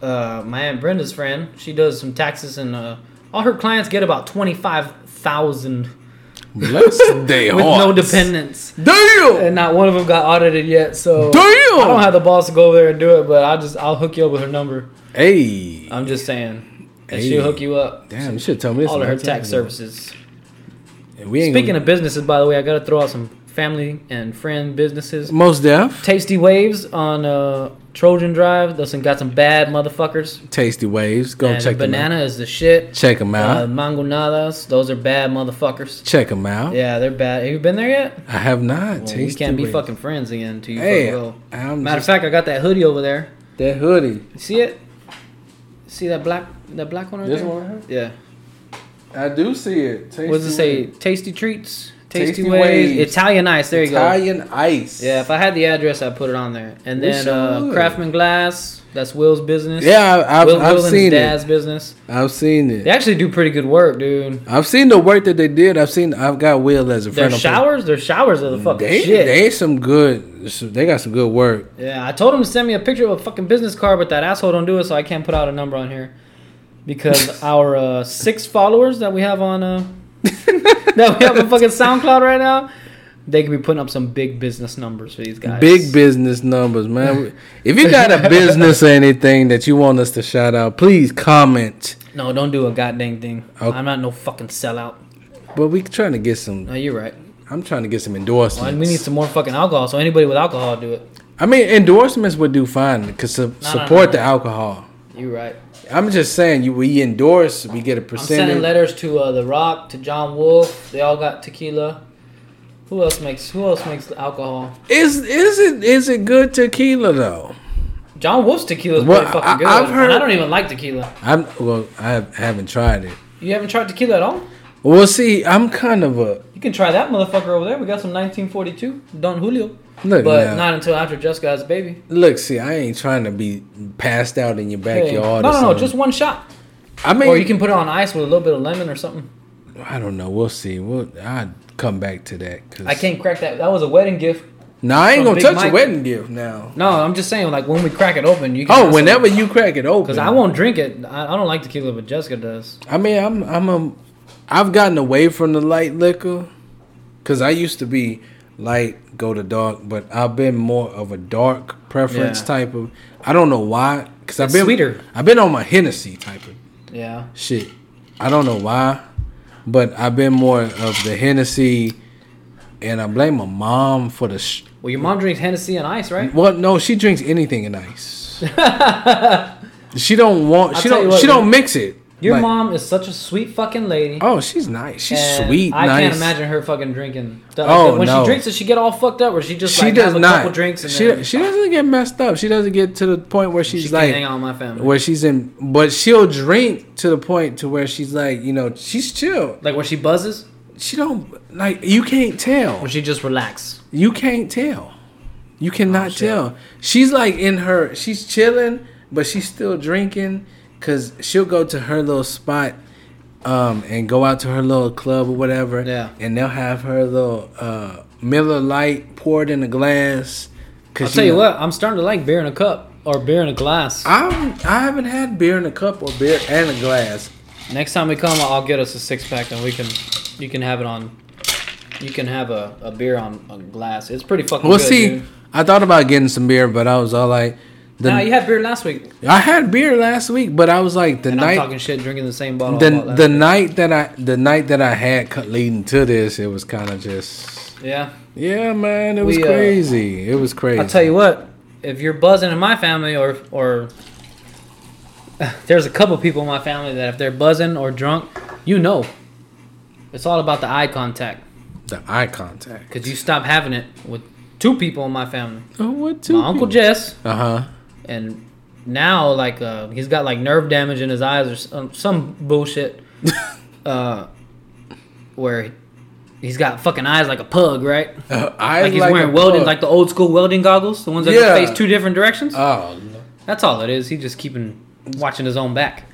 B: uh, my aunt Brenda's friend. She does some taxes, and uh, all her clients get about twenty five thousand
C: Bless their
B: with no
C: hearts.
B: dependents,
C: Damn.
B: and not one of them got audited yet. So
C: Damn.
B: I don't have the balls to go over there and do it, but I just I'll hook you up with her number.
C: Hey.
B: I'm just saying, and
C: Hey.
B: she'll hook you up.
C: Damn, you should tell me this.
B: all of
C: a
B: her
C: long time
B: tax
C: ago.
B: services.
C: We ain't
B: Speaking
C: gonna-
B: of businesses, by the way, I gotta throw out some family and friend businesses.
C: most deaf,
B: Tasty Waves on uh, Trojan Drive. Those some got some bad motherfuckers.
C: tasty waves. Go
B: And
C: check them out. Uh-huh.
B: banana is the shit.
C: Check them
B: Uh,
C: out.
B: mangonadas, those are bad motherfuckers.
C: check them out.
B: Yeah, they're bad. Have you been there yet?
C: I have not.
B: Well,
C: tasty
B: we can't be
C: waves.
B: fucking friends again until you
C: Hey,
B: fucking go.
C: I'm
B: Matter
C: just-
B: of fact, I got that hoodie over there.
C: that hoodie.
B: You see it? See that black that black one right there? Yeah.
C: I do see it. Tasty
B: What does it say? Tasty treats, tasty,
C: Tasty
B: ways,
C: Waves.
B: Italian ice. There you go.
C: ice.
B: Yeah, if I had the address, I'd put it on there. And
C: We
B: then uh,
C: should.
B: Craftsman Glass, that's Will's business.
C: Yeah, I- I've,
B: Will,
C: I've
B: Will and his
C: seen
B: dad's
C: it.
B: business.
C: I've seen it.
B: They actually do pretty good work, dude.
C: I've seen the work that they did. I've seen. I've got Will as a
B: Their
C: friend. of-
B: showers, their showers are the fucking
C: They
B: shit.
C: they some good. They got some good work.
B: yeah, I told him to send me a picture of a fucking business card, but that asshole don't do it, so I can't put out a number on here because our uh, six followers that we have on uh, that we have on fucking SoundCloud right now, they could be putting up some big business numbers for these guys.
C: Big business numbers, man. if you got a business or anything that you want us to shout out, please comment.
B: No, don't do a goddamn thing.
C: Okay.
B: I'm not no fucking sellout.
C: But we trying to get some.
B: No, you're right.
C: I'm trying to get some
B: Well,
C: endorsements.
B: and we need some more fucking alcohol, so anybody with alcohol do it.
C: I mean, endorsements would do fine because
B: no,
C: support
B: no.
C: the alcohol.
B: You're right.
C: I'm just saying, you we endorse, we get a
B: I'm
C: percentage.
B: sending letters to uh, The Rock, to John Wolf. They all got tequila. Who else makes Who else makes alcohol?
C: Is is it is it good tequila though?
B: John Wolf's tequila is
C: Well,
B: pretty fucking
C: I-
B: good.
C: I've
B: and
C: heard-
B: I don't even like tequila.
C: I'm well, I have- haven't tried it.
B: You haven't tried tequila at all?
C: Well, see, I'm kind of a
B: You can try that motherfucker over there. We got some 1942 Don Julio,
C: look.
B: but
C: now.
B: not until after Jessica has a baby.
C: look, see, I ain't trying to be passed out in your
B: Hey, no,
C: backyard.
B: no,
C: or
B: no,
C: something.
B: just one shot.
C: I mean,
B: Or you can put it on ice with a little bit of lemon or something.
C: I don't know. We'll see. We'll I come back to that. Cause
B: I can't crack that. That was a wedding gift.
C: No, I ain't
B: from
C: gonna
B: Big
C: touch
B: Mike.
C: your wedding gift now.
B: No, I'm just saying, like when we crack it open, you. Can
C: Oh, whenever you crack it open.
B: Because I won't drink it. I, I don't like tequila, but Jessica does.
C: I mean, I'm I'm a, I've gotten away from the light liquor, cause I used to be light go to dark, but I've been more of a dark preference
B: Yeah.
C: type of. I don't know why, cause I've
B: It's
C: been
B: sweeter.
C: I've been on my Hennessy type of
B: Yeah.
C: shit. I don't know why, but I've been more of the Hennessy, and I blame my mom for the. Sh-
B: Well, your mom drinks Hennessy and ice, right?
C: well, no, she drinks anything in ice. Mm-hmm. she don't want. she
B: tell
C: don't.
B: you what,
C: she don't
B: man.
C: mix it.
B: Your
C: Like,
B: mom is such a sweet fucking lady.
C: Oh, she's nice. She's
B: and
C: sweet.
B: I
C: nice.
B: can't imagine her fucking drinking. The-
C: Oh,
B: the- when
C: no.
B: she drinks, does she get all fucked up, or she just
C: She
B: like
C: does
B: has a
C: not.
B: couple drinks and
C: she
B: then
C: she doesn't get messed up. She doesn't get to the point where she's
B: she
C: like
B: can't hang out with my family?
C: where she's in. But she'll drink to the point to where she's like you know she's chill.
B: Like when she buzzes,
C: She don't like you can't tell.
B: or she just relax.
C: You can't tell. You cannot
B: Oh, shit.
C: tell. She's like in her. She's chilling, but she's still drinking. Cause she'll go to her little spot, um, and go out to her little club or whatever.
B: Yeah.
C: And they'll have her little uh Miller Light poured in a glass.
B: I'll
C: Cause
B: tell you
C: know-
B: what, I'm starting to like beer in a cup or beer in a glass.
C: I haven't- I haven't had beer in a cup or beer and a glass.
B: Next time we come, I'll get us a six pack and we can, you can have it on. You can have a, a beer on a glass. It's pretty fucking.
C: We'll
B: good,
C: see.
B: dude.
C: I thought about getting some beer, but I was all like, the,
B: Nah, you had beer last week,
C: I had beer last week, but I was like the
B: and I'm
C: night
B: talking shit, drinking the same bottle. I bought
C: the
B: last
C: the
B: week.
C: night that I the night that I had cut leading to this, it was kind of just
B: yeah.
C: yeah, man. It was
B: We, uh,
C: crazy. it was crazy.
B: I'll tell you what, if you're buzzing in my family, or or there's a couple people in my family that if they're buzzing or drunk, you know, it's all about the eye contact
C: the eye contact.
B: because you stop having it with two people in my family.
C: Oh, what
B: My uncle Jess,
C: Uh huh.
B: and now like uh, he's got like nerve damage in his eyes or some, some bullshit, uh, where he's got fucking eyes like a pug, right?
C: Uh, I
B: Like he's wearing welding, like the old school welding goggles, the ones that
C: Yeah.
B: face two different directions.
C: oh, no.
B: That's all it is. He just keeping watching his own back,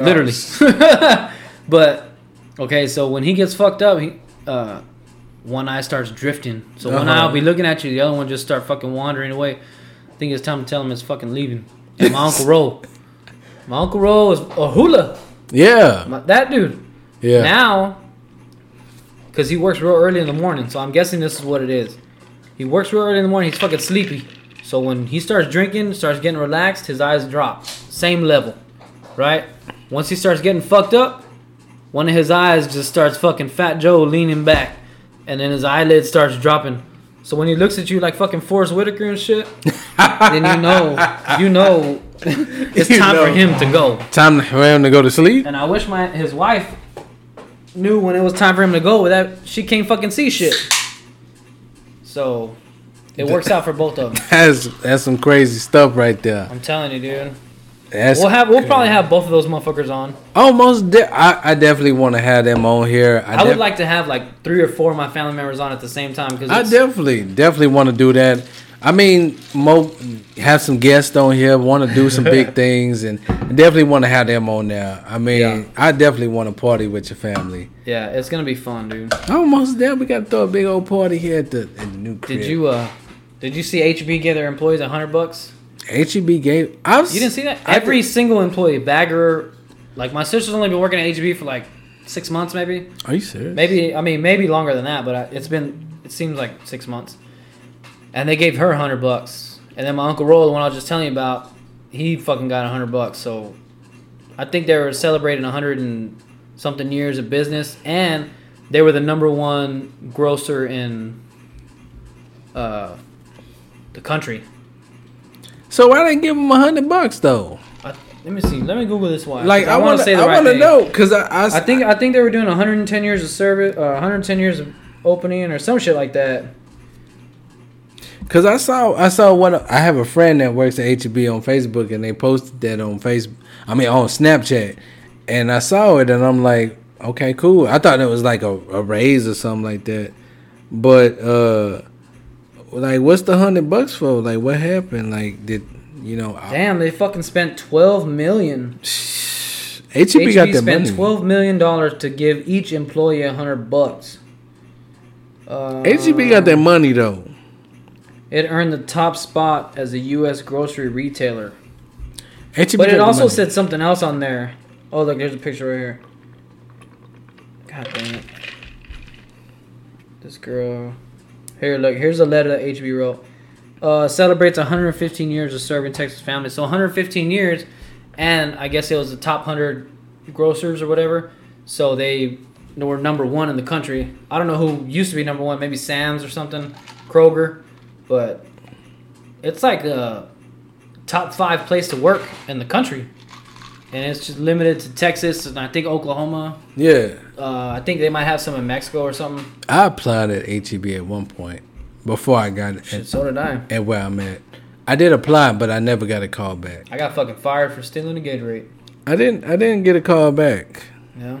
B: literally. but okay, so when he gets fucked up, he, uh, one eye starts drifting. So one
C: Uh-huh.
B: eye will be looking at you, the other one just start fucking wandering away. I think it's time to tell him it's fucking leaving. And my uncle Roll, my uncle Roll is a hula.
C: yeah,
B: My, that dude.
C: yeah.
B: Now because he works real early in the morning. So I'm guessing this is what it is. He works real early in the morning. He's fucking sleepy. So when he starts drinking, starts getting relaxed, his eyes drop. Same level, right? Once he starts getting fucked up, one of his eyes just starts fucking Fat Joe leaning back, and then his eyelid starts dropping. So when he looks at you like fucking Forrest Whitaker and shit, then you know, you know, it's
C: You
B: time for
C: know.
B: him to go.
C: Time for him to go to sleep.
B: And I wish my his wife knew when it was time for him to go. That she can't fucking see shit. So it works out for both of them.
C: That's that's some crazy stuff right there.
B: I'm telling you, dude.
C: That's
B: We'll have we'll probably have both of those motherfuckers on.
C: almost. De- I I definitely want to have them on here.
B: I would
C: def-
B: like to have like three or four of my family members on at the same time
C: I
B: because
C: definitely definitely want to do that. I mean, mo- have some guests on here. Want to do some big things, and definitely want to have them on there. I mean,
B: Yeah.
C: I definitely want to party with your family.
B: yeah, it's gonna be fun, dude.
C: Almost there. We got to throw a big old party here at the, at the new crib.
B: Did you uh did you see HB give their employees a hundred bucks?
C: HEB gave. I was,
B: You didn't see that? Every single employee, bagger, like my sister's only been working at HB for like six months maybe.
C: Are you serious?
B: Maybe I mean maybe longer than that, but I, it's been it seems like six months. And they gave her a hundred bucks, and then my uncle Roll, the one I was just telling you about, he fucking got a hundred bucks. So I think they were celebrating a hundred and something years of business, and they were the number one grocer in uh, the country.
C: So why didn't give him a hundred bucks though?
B: I, let me see. Let me Google this one.
C: Like
B: 'cause
C: I, want
B: wanna
C: to say I
B: right
C: want to
B: thing.
C: know because I, I,
B: I think I think they were doing 110 years of service, uh, 110 years of opening, or some shit like that.
C: Cause I saw I saw one. I have a friend that works at HB on Facebook, and they posted that on Facebook. I mean on Snapchat, and I saw it, and I'm like, okay, cool. I thought it was like a, a raise or something like that, but uh, like, what's the hundred bucks for? Like, what happened? Like, did you know? I-
B: Damn, they fucking spent 12 million.
C: HEB E got
B: HB
C: that
B: E spent
C: money.
B: 12 million dollars to give each employee a hundred bucks. Uh,
C: HEB E got that money though.
B: It earned the top spot as a U.S. grocery retailer. But
C: HEB E got
B: it
C: the
B: also
C: money.
B: said something else on there. Oh, look, there's a picture right here. God damn it. This girl. Here, look, here's a letter that HB wrote. Uh, celebrates 115 years of serving Texas families. So 115 years, and I guess it was the top 100 grocers or whatever. So they were number one in the country. I don't know who used to be number one, maybe Sam's or something, Kroger, but it's like uh, top five place to work in the country, and it's just limited to Texas and I think Oklahoma.
C: yeah.
B: Uh, I think they might have some in Mexico or something.
C: I applied at HEB at one point before I got
B: Shit,
C: at,
B: so did I.
C: at where I'm at. I did apply, but I never got a call back.
B: I got fucking fired for stealing a Gatorade.
C: I didn't. I didn't get a call back.
B: Yeah.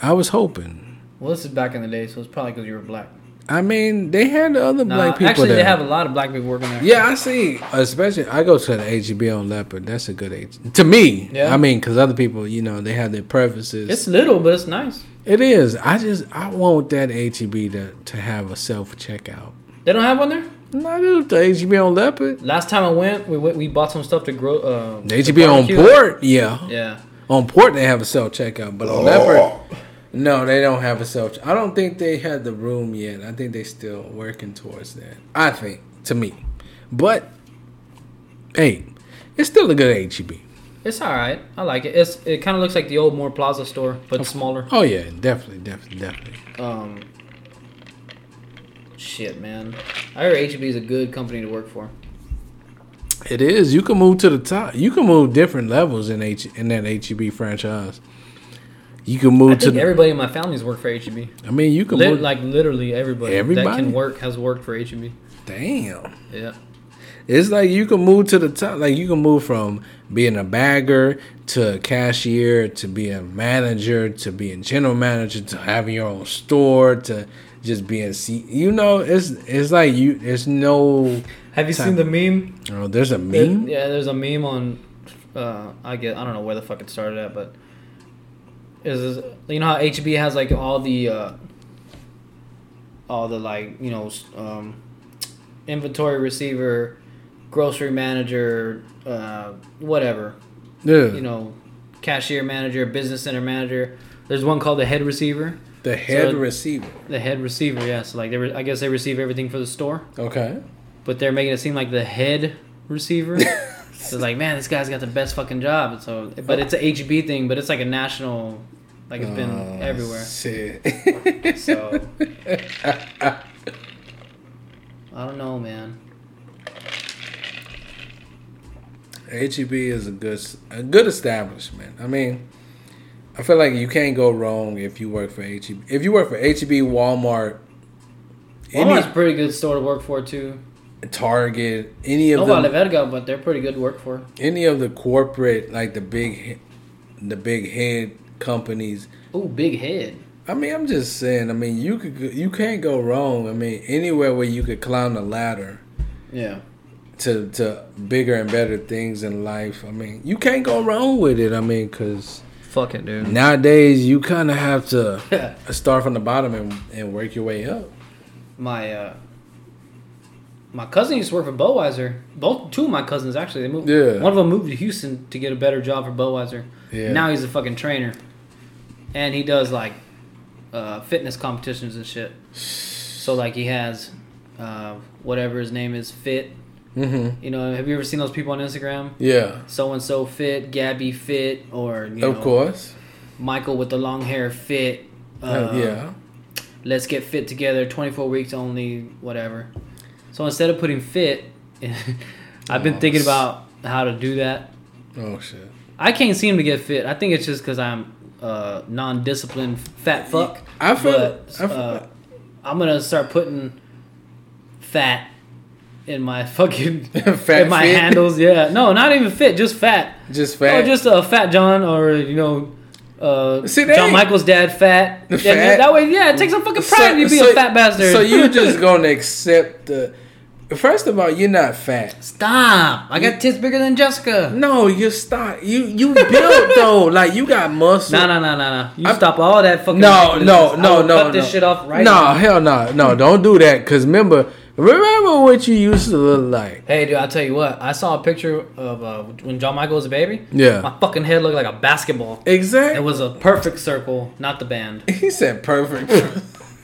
C: I was hoping.
B: Well, this is back in the day, so it's probably because you were black.
C: I mean, they had the other
B: Nah,
C: black people
B: actually,
C: there.
B: they have a lot of black people working there.
C: yeah, I see. Especially, I go to the HEB on Leopard. That's a good H. To me,
B: Yeah.
C: I mean, because other people, you know, they have their preferences.
B: It's little, but it's nice.
C: it is. I just, I want that HEB to to have a self checkout.
B: They don't have one there.
C: Not do the HEB on Leopard.
B: Last time I went, we went, we bought some stuff to grow. Uh,
C: The
B: to
C: HEB on
B: barbecue.
C: Port, yeah.
B: Yeah.
C: On Port, they have a self checkout, but on Leopard, no, they don't have a self. I don't think they had the room yet. I think they still working towards that. I think to me, but hey, it's still a good E HEB.
B: It's all right. I like it. It's it kind of looks like the old Moore Plaza store, but smaller.
C: Oh yeah, definitely, definitely, definitely.
B: Um, shit, man. I heard HEB is a good company to work for.
C: It is. You can move to the top. You can move different levels in H in that HEB franchise. You can move
B: I
C: to
B: think
C: the-
B: everybody in my family's worked for HEB.
C: I mean, you can
B: Lit-
C: move. Like
B: like literally everybody, that
C: Everybody?
B: can work has worked for HEB.
C: damn.
B: Yeah.
C: It's like you can move to the top. Like you can move from being a bagger to a cashier to being a manager to being general manager to having your own store to just being C. You know, it's it's like you. There's no.
B: Have you seen
C: Time.
B: the meme?
C: Oh, there's a meme.
B: Yeah, there's a meme on. Uh, I get. I don't know where the fuck it started at, but is you know how HB has like all the uh, all the like you know s- um, inventory receiver, grocery manager, uh, whatever
C: Yeah.
B: you know, cashier manager, business center manager. There's one called the head receiver,
C: The head
B: So-
C: receiver.
B: The head receiver, yeah. So like they were, I guess they receive everything for the store,
C: Okay.
B: but they're making it seem like the head receiver. so it's like, man, this guy's got the best fucking job. And So, but it's a HB thing, but it's like a national, like it's been
C: Oh,
B: everywhere.
C: Shit.
B: So I don't know, man.
C: HEB E is a good a good establishment. I mean, I feel like you can't go wrong if you work for HEB. If you work for HEB, Walmart,
B: Walmart's a pretty good store to work for too.
C: any Target, any
B: No
C: of
B: about
C: the
B: Verga, but they're pretty good to work for.
C: any of the corporate like the big he- the big head companies.
B: Ooh, big head.
C: I mean, I'm just saying. I mean, you could go- you can't go wrong. I mean, anywhere where you could climb the ladder
B: Yeah.
C: to to bigger and better things in life. I mean, you can't go wrong with it. I mean, because
B: Fuck it, dude.
C: Nowadays, you kind of have to start from the bottom and, and work your way up.
B: my uh my cousin used to work for Budweiser. Both two of my cousins actually. They moved.
C: Yeah.
B: One of them moved to Houston to get a better job for Budweiser.
C: Yeah.
B: Now he's a fucking trainer, and he does like uh, fitness competitions and shit. So like he has uh, whatever his name is, fit.
C: Mm-hmm.
B: You know, have you ever seen those people on Instagram?
C: Yeah,
B: So and so fit, Gabby fit, or you
C: of
B: know,
C: course.
B: Michael with the long hair fit. Uh,
C: Uh, yeah,
B: let's get fit together 24 weeks only whatever so instead of putting fit i've been
C: Oh,
B: thinking
C: s-
B: about how to do that
C: oh shit.
B: i can't seem to get fit i think it's just because i'm uh, non-disciplined fat fuck
C: I feel-
B: but,
C: I feel-
B: uh, i'm gonna start putting fat in my fucking
C: Fat
B: in my
C: fit?
B: handles yeah no not even fit just fat
C: Just fat.
B: or just uh, Fat John, or you know, uh,
C: See, they
B: John
C: ain't-
B: Michael's dad, Fat.
C: The
B: Yeah,
C: fat.
B: That way, yeah, it takes some fucking pride to be a fat bastard.
C: So you just gonna accept the? First of all, you're not fat.
B: stop. I got tits bigger than Jessica.
C: No, you're stock. You you built though. Like you got muscle.
B: No, no, no, no, no. You
C: I'm-
B: stop all that fucking.
C: No,
B: ridiculousness.
C: no,
B: I
C: no,
B: will
C: no.
B: Cut this
C: no.
B: shit off right
C: No,
B: now.
C: hell no, no. Don't do that. Cause remember, remember what you used to look like.
B: Hey, dude, I'll tell you what. I saw a picture of uh, when John Michael was a baby.
C: Yeah.
B: My fucking head looked like a basketball.
C: Exactly.
B: It was a perfect circle, not the band.
C: He said perfect.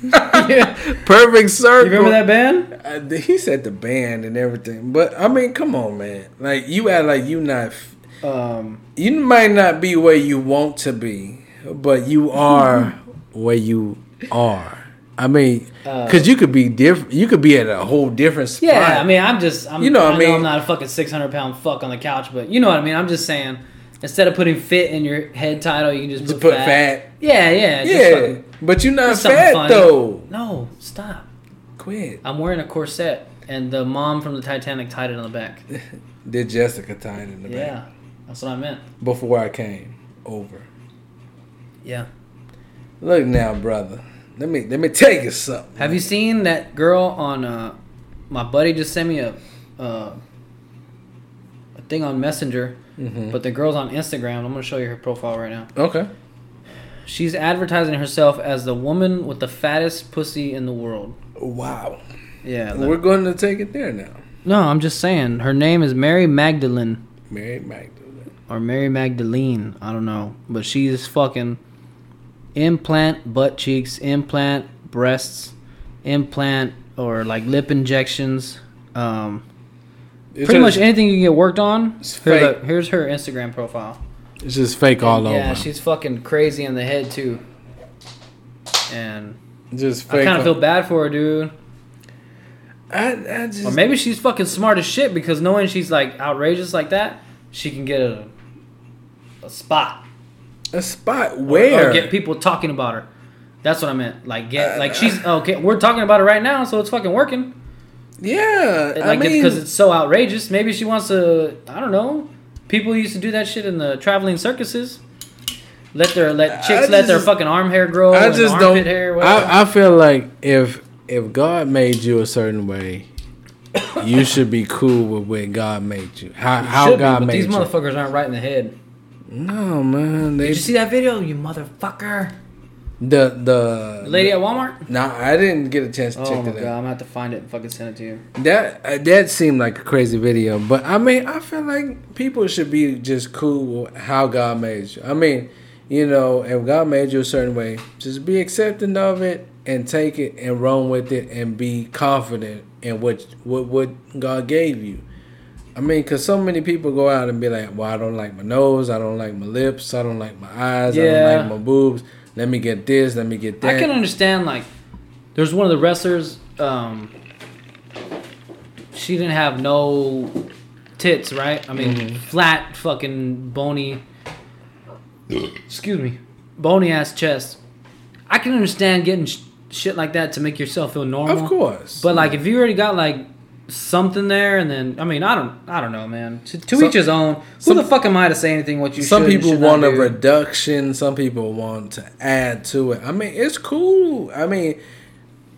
B: you
C: perfect circle.
B: remember that band?
C: I, th- he said the band and everything, but I mean, come on, man. Like you act like you not. f-
B: Um,
C: You might not be where you want to be, but you are where you are. I mean, because you could be different. You could be at a whole different spot.
B: Uh, Yeah, I mean, I'm just, I'm,
C: You know what
B: I
C: I
B: know
C: mean?
B: I'm not a fucking 600 pound fuck on the couch, but you know what I mean. I'm just saying, instead of putting fit in your head title, you can just,
C: Just
B: put,
C: put
B: fat.
C: fat.
B: Yeah, yeah, just
C: yeah,
B: fucking-
C: but you're not
B: just something
C: fat
B: funny.
C: though.
B: No, stop.
C: Quit.
B: I'm wearing a corset, and the mom from the Titanic tied it on the back.
C: Did Jessica tie it in the back
B: Yeah, that's what I meant.
C: before I came over?
B: Yeah.
C: Look now, brother. Let me let me tell you something.
B: Have you seen that girl on? Uh, my buddy just sent me a uh, a thing on Messenger,
C: Mm-hmm.
B: but the girl's on Instagram. I'm gonna show you her profile right now.
C: Okay.
B: She's advertising herself as the woman with the fattest pussy in the world.
C: Wow.
B: Yeah.
C: We're going to take it there now.
B: no, I'm just saying. Her name is Mary Magdalene
C: Mary Magdalene.
B: or Mary Magdalene. I don't know, but she's fucking implant butt cheeks, implant breasts, implant or like lip injections. Um,
C: It's
B: pretty much
C: just-
B: anything you can get worked on.
C: It's
B: Here's,
C: fake.
B: a- here's her Instagram profile.
C: It's just fake all
B: yeah,
C: over.
B: she's fucking crazy in the head too. And
C: just
B: I
C: fake.
B: kind of
C: all-
B: feel bad for her, dude.
C: I, I just.
B: Or maybe she's fucking smart as shit because knowing she's like outrageous like that, she can get a a spot
C: a spot
B: or
C: where.
B: get people talking about her. That's what I meant. Like get
C: Uh,
B: like she's okay. We're talking about her right now, so it's fucking working.
C: yeah.
B: Like
C: I
B: it's
C: mean,
B: because it's so outrageous. Maybe she wants to. I don't know. People used to do that shit in the traveling circuses. Let their let chicks let their
C: just-
B: fucking arm hair grow.
C: I
B: and
C: just
B: armpit
C: don't.
B: Hair, whatever.
C: I, I feel like if if God made you a certain way, you should be cool with what God made you. How how
B: Should be,
C: God
B: but
C: made
B: these
C: you.
B: motherfuckers aren't right in the head.
C: no man, they
B: Did you see that video, you motherfucker?
C: the the
B: The lady at Walmart.
C: Nah, I didn't get a chance to
B: Oh
C: check
B: my
C: that
B: god,
C: out.
B: I'm gonna have to find it and fucking send it to you.
C: That uh, that seemed like a crazy video, but I mean, I feel like people should be just cool with how God made you. I mean, you know, if God made you a certain way, just be accepting of it and take it and run with it and be confident in what what what God gave you. I mean, cause so many people go out and be like, "Well, I don't like my nose, I don't like my lips, I don't like my eyes, I
B: Yeah.
C: don't like my boobs. Let me get this, let me get that."
B: I can understand like there's one of the wrestlers. Um, she didn't have no tits, right? I mean, flat, fucking bony. excuse me, bony ass chest. I can understand getting sh- shit like that to make yourself feel normal.
C: of course,
B: But like, if you already got like something there, and then I mean, I don't, I don't know, man. To, to
C: Some-
B: each his own. Who
C: some-
B: the fuck am I to say anything? What you
C: some
B: should and
C: people
B: should not
C: want a
B: do?
C: reduction some people want to add to it i mean it's cool i mean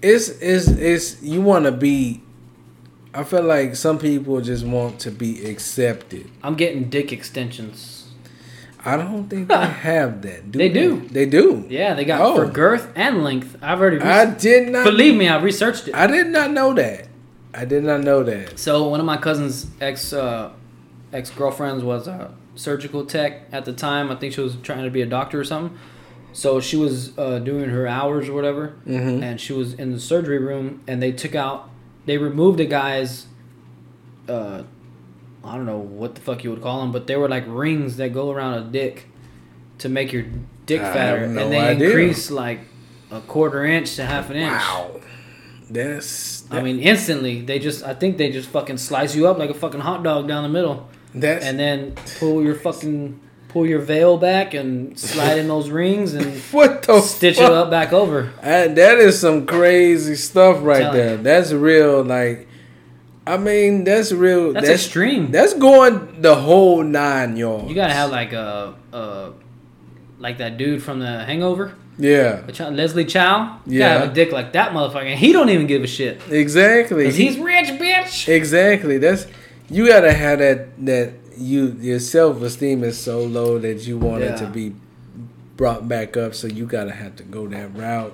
C: it's it's it's you want to be i feel like some people just want to be accepted
B: I'm getting dick extensions.
C: i don't think they have that do
B: They do.
C: they do
B: Yeah, they got
C: Oh.
B: for girth and length. I've already
C: i
B: re-
C: did not
B: believe me, I researched it.
C: i did not know that i did not know that
B: so one of my cousin's ex uh, ex girlfriends was a surgical tech at the time. I think she was trying to be a doctor or something. So she was uh, doing her hours or whatever,
C: Mm-hmm.
B: and she was in the surgery room, and they took out, they removed the guy's, uh, I don't know what the fuck you would call them, but they were like rings that go around a dick to make your dick
C: I have
B: fatter,
C: no
B: and they
C: idea.
B: increase like a quarter inch to half an inch.
C: wow that's
B: I mean, instantly they just. I think they just fucking slice you up like a fucking hot dog down the middle,
C: that's
B: and then pull your fucking pull your veil back and slide in those rings and
C: what the
B: stitch
C: Oh, fuck?
B: it up back over.
C: I, that is some crazy stuff right
B: Telling
C: there.
B: you.
C: That's real. Like, I mean, that's real.
B: That's, extreme.
C: That's going the whole nine yards.
B: you gotta have like a, a like that dude from The Hangover,
C: yeah,
B: the child, Leslie Chow. You
C: Yeah.
B: gotta have a dick like that motherfucker, and he don't even give a shit
C: exactly.
B: because he's rich, bitch.
C: exactly. That's you gotta have that that you your self esteem is so low that you want it to
B: Yeah.
C: be brought back up. So you gotta have to go that route.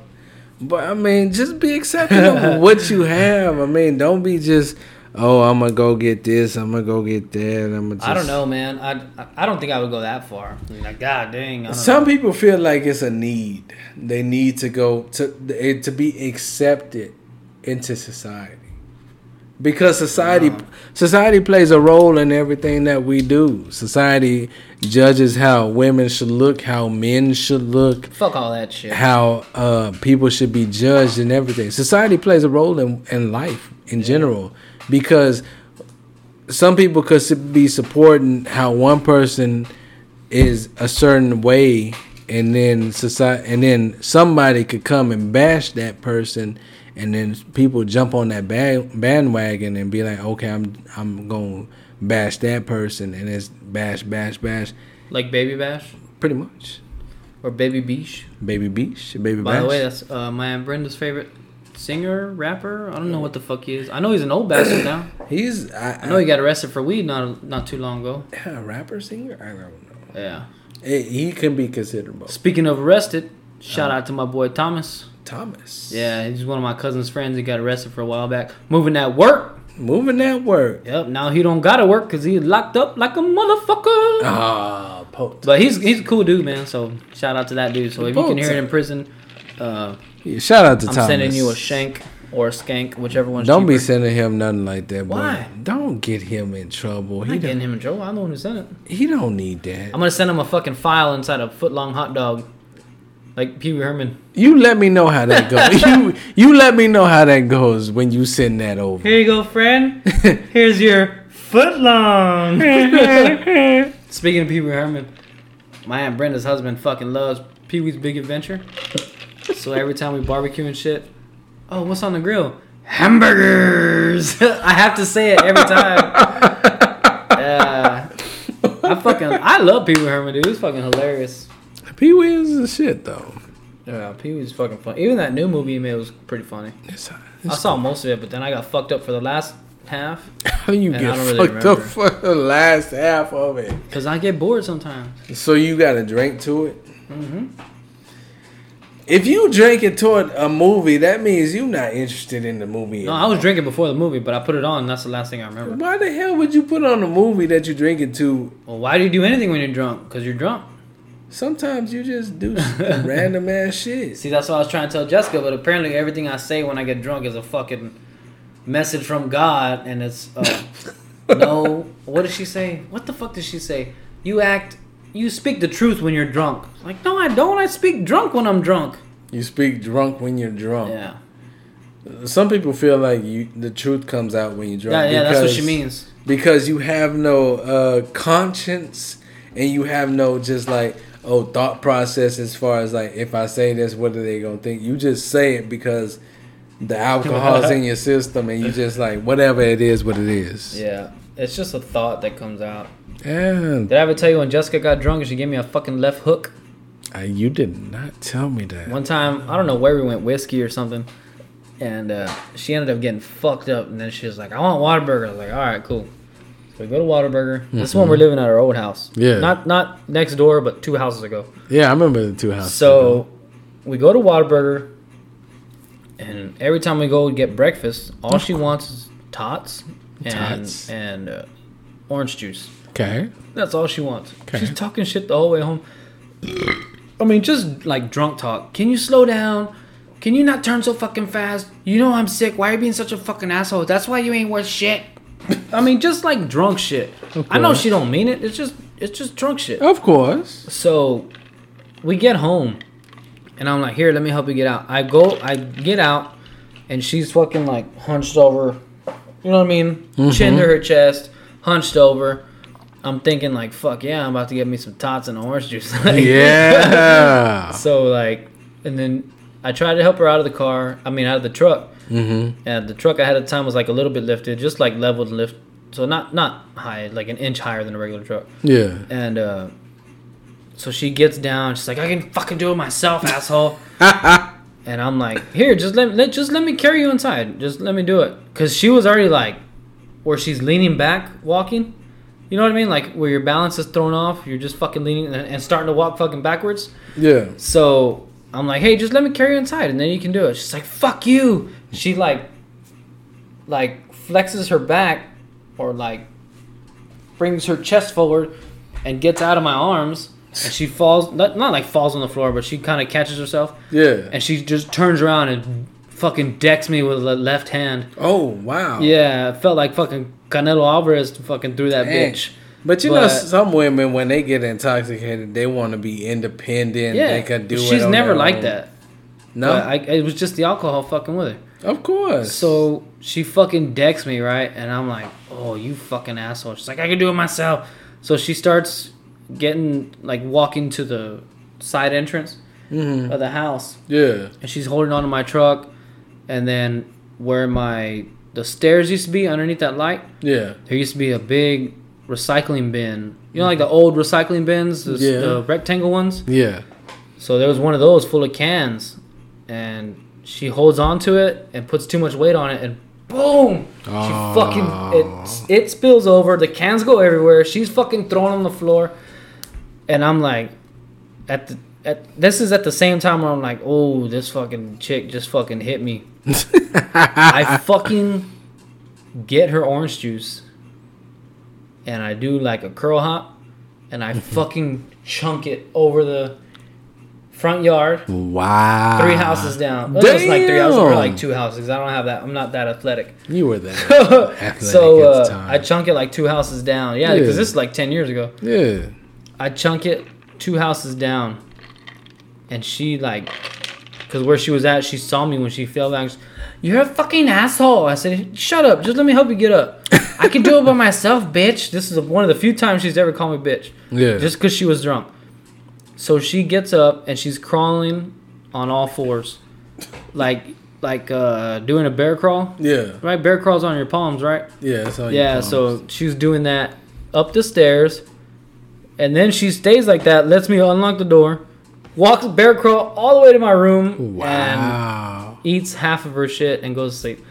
C: But I mean, just be accepting of what you have. I mean, don't be just. Oh, I'm gonna go get this. I'm gonna go get that. I'm gonna. Just
B: I don't know, man. I, I- I don't think I would go that far. Like, god dang. I don't
C: Some people feel like it's a need. They need to go to it to be accepted into society because society society plays a role in everything that we do. Society judges how women should look, how men should look,
B: know. fuck all that shit.
C: how uh, people should be judged, and everything. Society plays a role in in life in general because some people could su- be supporting how one person is a certain way and then society and then somebody could come and bash that person and then people jump on that ba- bandwagon and be like okay i'm i'm going to bash that person and it's bash bash bash
B: Like Baby Bash
C: pretty much
B: or Baby Beach.
C: baby beach baby
B: By
C: bash
B: the way, that's uh, my aunt Brenda's favorite singer, rapper. I don't know what the fuck he is. I know he's an old bastard now.
C: he's i,
B: I know he got arrested for weed not not too long ago.
C: a rapper singer i don't know
B: Yeah.
C: Eh, he can be considered both
B: Speaking of arrested, shout
C: Uh-huh.
B: out to my boy Thomas.
C: thomas
B: Yeah, he's one of my cousin's friends. He got arrested for a while back, moving that work.
C: moving that word
B: Yep. Now he don't gotta work because he's locked up like a motherfucker.
C: ah poked
B: But he's he's a cool dude, man. So shout out to that dude. So if you can hear it in prison, uh,
C: Yeah, shout out to
B: I'm
C: Thomas.
B: sending you a shank or a skank, whichever one's
C: Don't be
B: cheaper.
C: sending him nothing like that. Boy.
B: Why?
C: Don't get him in trouble.
B: I'm
C: He
B: not getting
C: don't,
B: him in trouble. I'm the one who sent it.
C: he don't need that.
B: I'm gonna send him a fucking file inside a foot long hot dog, like Pee Wee Herman.
C: you let me know how that goes. you you let me know how that goes when you send that over.
B: Here you go, friend. Here's your foot long. Speaking of Pee Wee Herman, my aunt Brenda's husband fucking loves Pee Wee's Big Adventure. So every time we barbecue and shit, oh, what's on the grill? Hamburgers. I have to say it every time. Yeah. I fucking I love Pee Wee Herman, dude. It's fucking hilarious.
C: Pee Wee is the shit though.
B: Yeah, Pee Wee's fucking funny. Even that new movie he made was pretty funny.
C: It's,
B: I
C: it's,
B: saw most of it, but then I got fucked up for the last half
C: how you
B: I
C: get
B: don't really
C: fucked up
B: remember.
C: for the last half of it?
B: because I get bored sometimes.
C: So you got to drink to it.
B: Mm-hmm.
C: If you drink it toward a movie, that means you're not interested in the movie.
B: No,
C: at
B: I was drinking before the movie, but I put it on. and That's the last thing I remember.
C: Why the hell would you put on a movie that you drink it to
B: Well, why do you do anything when you're drunk? Because you're drunk.
C: Sometimes you just do random ass shit.
B: See, that's what I was trying to tell Jessica, but apparently everything I say when I get drunk is a fucking message from God, and it's uh, no. What did she say? What the fuck did she say? You act, you speak the truth when you're drunk. Like, no, I don't. I speak drunk when I'm drunk.
C: You speak drunk when you're drunk.
B: Yeah,
C: Some people feel like you the truth comes out when you're drunk.
B: yeah, yeah. That's what she
C: because-
B: means.
C: because you have no uh, conscience and you have no just like oh thought process as far as like if I say this, what are they gonna think? You just say it because the alcohol's in your system and you just like whatever it is, what it is.
B: Yeah, it's just a thought that comes out.
C: And
B: Did I ever tell you when Jessica got drunk and she gave me a fucking left hook?
C: uh, you did not tell me that.
B: One time, I don't know where we went, whiskey or something, and uh, she ended up getting fucked up. And then she was like, "I want Waterburger." I was like, "All right, cool." So we go to Waterburger. This is when we're living at our old house.
C: Mm-hmm. Yeah.
B: Not not next door, but two houses ago.
C: Yeah, I remember the two houses.
B: So we go to Waterburger, and every time we go to get breakfast, all she wants is tots and
C: Tots.
B: and uh, orange juice.
C: okay,
B: That's all she wants.
C: Okay.
B: She's talking shit the whole way home. I mean, just like drunk talk. Can you slow down? Can you not turn so fucking fast? You know I'm sick. Why are you being such a fucking asshole? That's why you ain't worth shit. I mean, just like drunk shit. I know
C: course.
B: she don't mean it. It's just it's just drunk shit.
C: of course.
B: So we get home, and I'm like, here, let me help you get out. I go, I get out, and she's fucking like hunched over. You know what I mean? Chin to her chest, hunched over. I'm thinking like, fuck yeah, I'm about to get me some tots and orange juice. Like,
C: Yeah.
B: So like, and then I tried to help her out of the car. I mean, out of the truck. Mm-hmm. And the truck I had at the time was like a little bit lifted, just like leveled and lift. So not not high, like an inch higher than a regular truck.
C: yeah.
B: And uh, so she gets down. She's like, "I can fucking do it myself, asshole." and I'm like, "Here, just let, let just let me carry you inside. Just let me do it." Cause she was already like, where she's leaning back, walking. You know what I mean? Like where your balance is thrown off. You're just fucking leaning and, and starting to walk fucking backwards.
C: Yeah.
B: So I'm like, hey, just let me carry you inside, and then you can do it. She's like, fuck you. She like, like flexes her back, or like, brings her chest forward, and gets out of my arms. And she falls, not, not like falls on the floor, but she kind of catches herself,
C: Yeah.
B: and she just turns around and fucking decks me with the left hand.
C: oh wow.
B: Yeah, it felt like fucking Canelo Alvarez fucking threw that
C: Dang.
B: bitch.
C: But you know,
B: But-
C: some women when they get intoxicated, they want to be independent.
B: Yeah,
C: they can do it.
B: she's
C: on
B: never
C: their
B: like
C: own.
B: that.
C: No,
B: But I, it was just the alcohol fucking with her.
C: of course.
B: So she fucking decks me, right? And I'm like, oh, you fucking asshole. She's like, I can do it myself. So she starts getting, like, walking to the side entrance of the house.
C: yeah,
B: And she's holding onto my truck. And then where my, the stairs used to be underneath that light,
C: yeah,
B: there used to be a big recycling bin. You know, like the old recycling bins, the,
C: Yeah.
B: the rectangle ones?
C: yeah.
B: So there was one of those full of cans, and she holds on to it and puts too much weight on it, and boom,
C: Oh.
B: she fucking it it spills over. The cans go everywhere. She's fucking thrown on the floor, and I'm like, at the at this is at the same time where I'm like, oh, this fucking chick just fucking hit me. I fucking get her orange juice, and I do like a curl hop, and I fucking chunk it over the front yard
C: Wow.
B: three houses down. Well, just like three houses, or
C: Ah. Damn.
B: like two houses. I don't have that. I'm not that athletic.
C: You were there.
B: so
C: at the
B: uh,
C: time.
B: I chunk it like two houses down. Yeah, because
C: Yeah.
B: this is like ten years ago.
C: yeah.
B: I chunk it two houses down, and she like, because where she was at, she saw me when she fell back. She's, You're a fucking asshole. I said, shut up. Just let me help you get up. I can do it by myself, bitch. This is one of the few times she's ever called me bitch.
C: Yeah.
B: Just because she was drunk. So she gets up and she's crawling on all fours, like like uh, doing a bear crawl.
C: Yeah.
B: Right, bear crawls on your palms, right?
C: Yeah. That's all you
B: Yeah,
C: found.
B: so she's doing that up the stairs, and then she stays like that, lets me unlock the door, walks bear crawl all the way to my room, and
C: Wow.
B: eats half of her shit and goes to sleep.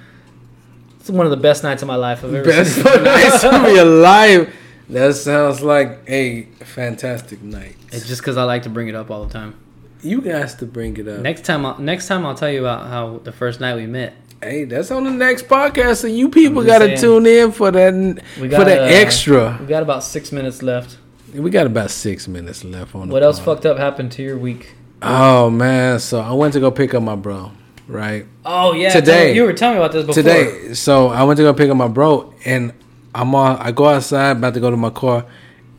B: It's one of the best nights of my life I've ever
C: Best
B: seen.
C: night of your life. That sounds like a fantastic night.
B: It's just because I like to bring it up all the time.
C: You guys to bring it up.
B: Next time, I'll, next time I'll tell you about how the first night we met.
C: Hey, that's on the next podcast, so you people
B: I'm just
C: gotta
B: saying.
C: tune in for that
B: We
C: for
B: got,
C: that
B: uh,
C: extra.
B: We got about six minutes left.
C: We got about six minutes left on. the
B: What else
C: pod.
B: fucked up happened to your week?
C: Oh man, so I went to go pick up my bro, right?
B: Oh yeah,
C: Today.
B: tell- you were telling me about this before.
C: Today, so I went to go pick up my bro, and I'm on. I go outside, about to go to my car,